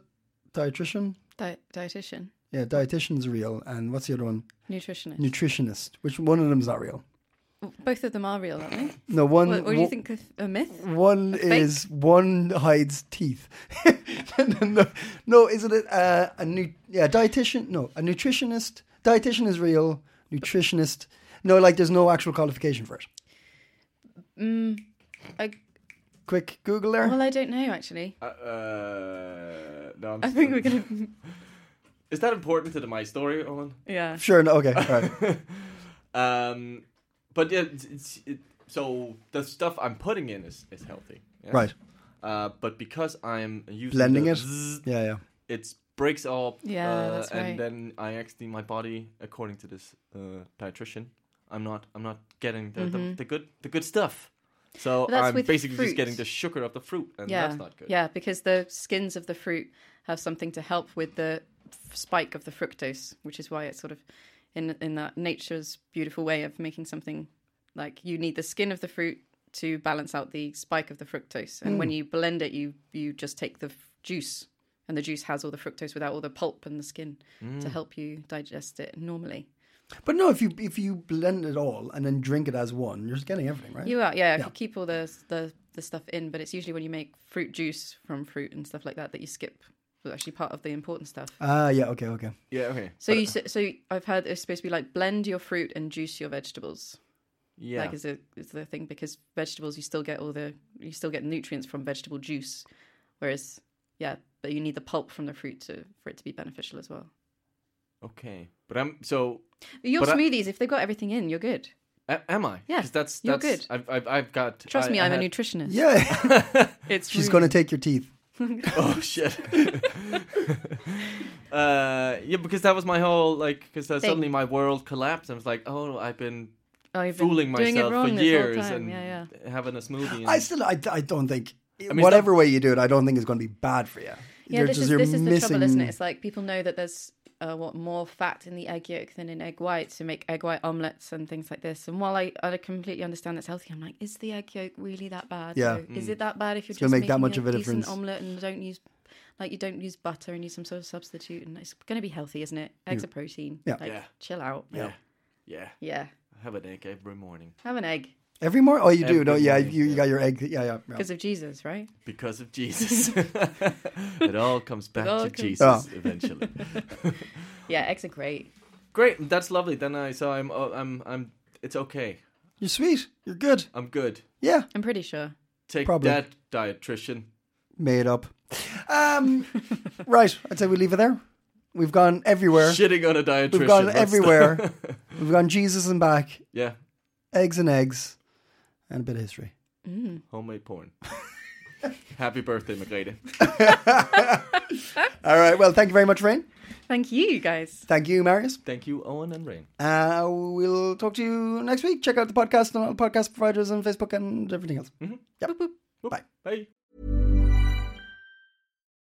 Dietitian. Di- dietitian, Yeah, dietitian's real, and what's the other one? nutritionist. Nutritionist. Which one of them's not real? Both of them are real, aren't they? No, one. What, what do you wo- think of a myth? One fake? is one hides teeth. no, no, isn't it uh, a new yeah dietitian? No, a nutritionist. Dietitian is real. Nutritionist. No, like there's no actual qualification for it. Mm, I, Quick Google there. well, I don't know actually. Uh, uh, no, I'm I think we're gonna. Is that important to the, my story, Owen? Yeah. sure. No, okay. All right. Um, but yeah, it's, it's, it, so the stuff I'm putting in is is healthy. yes. Right. Uh, but because I'm using Blending the it. zzz, Yeah, yeah. it breaks up. Yeah, uh, that's right. And then I actually, my body, according to this uh, dietitian, I'm not, I'm not getting the, the, the good, the good stuff. So But Mm-hmm. that's I'm with basically just fruit. getting the sugar of the fruit, and yeah. that's not good. Yeah, because the skins of the fruit have something to help with the f- spike of the fructose, which is why it's sort of in in that nature's beautiful way of making something like you need the skin of the fruit to balance out the spike of the fructose. And when you blend it, you you just take the f- juice, and the juice has all the fructose without all the pulp and the skin Hmm. to help you digest it normally. But no, if you if you blend it all and then drink it as one, you're just getting everything, right? You are, yeah. If you keep all the, the the stuff in, but it's usually when you make fruit juice from fruit and stuff like that that you skip. Was actually part of the important stuff. Ah, yeah. Okay, okay. Yeah. Okay. So you s- so I've heard it's supposed to be like blend your fruit and juice your vegetables. Yeah. Like is a is the thing because vegetables you still get all the you still get nutrients from vegetable juice, whereas yeah, but you need the pulp from the fruit to for it to be beneficial as well. okay. But I'm so. Your But I- smoothies, if they've got everything in, you're good. a- am I? Yeah, 'Cause that's, you're that's good. I've, I've, I've got. Trust I- me, I I'm had- a nutritionist. Yeah, it's she's really- gonna take your teeth. Oh shit. uh, yeah, because that was my whole like because Thing. suddenly my world collapsed. I was like, oh, I've been I've been fooling doing it myself wrong for this whole years time. and yeah, yeah. having a smoothie. And I still, I, I don't think mean, whatever way you do it, I don't think it's going to be bad for you. Yeah, You're this just- is you're this is the trouble, isn't missing- it? It's like people know that there's uh, what more fat in the egg yolk than in egg whites to make egg white omelets and things like this. And while I, I completely understand that's healthy, I'm like, is the egg yolk really that bad? Yeah. though? Is it that bad if you're gonna just make that making much of a decent difference. omelet and don't use like you don't use butter and use some sort of substitute and it's going to be healthy, isn't it? Eggs are protein. Mm. Yeah. Like, Yeah. Chill out. yeah, yeah, Yeah. I have an egg every morning. Have an egg. Every morning? Oh, you do, Every don't Yeah, morning, you, you got your egg. Yeah, yeah. yeah. because of Jesus, right? because of Jesus. it all comes back all to comes- Jesus Oh. eventually. Yeah, eggs are great. Great, that's lovely. Then I so I'm oh, I'm I'm it's okay. You're sweet. You're good. I'm good. Yeah. I'm pretty sure. Take Probably. that dietitian. Made up. Um, right. I'd say we leave it there. We've gone everywhere. Shitting on a dietitian. We've gone that's the- everywhere. We've gone Jesus and back, yeah, eggs and eggs, and a bit of history. homemade porn. Happy birthday, Margrethe. All right. Well, thank you very much, Rain. Thank you, guys. Thank you, Marius. Thank you, Owen and Rain. Uh, we'll talk to you next week. Check out the podcast on all podcast providers on Facebook and everything else. Yep. Whoop. Bye. Bye.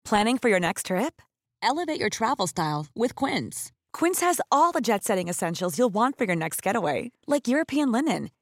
Planning for your next trip? Elevate your travel style with Quince. Quince has all the jet setting essentials you'll want for your next getaway, like European linen,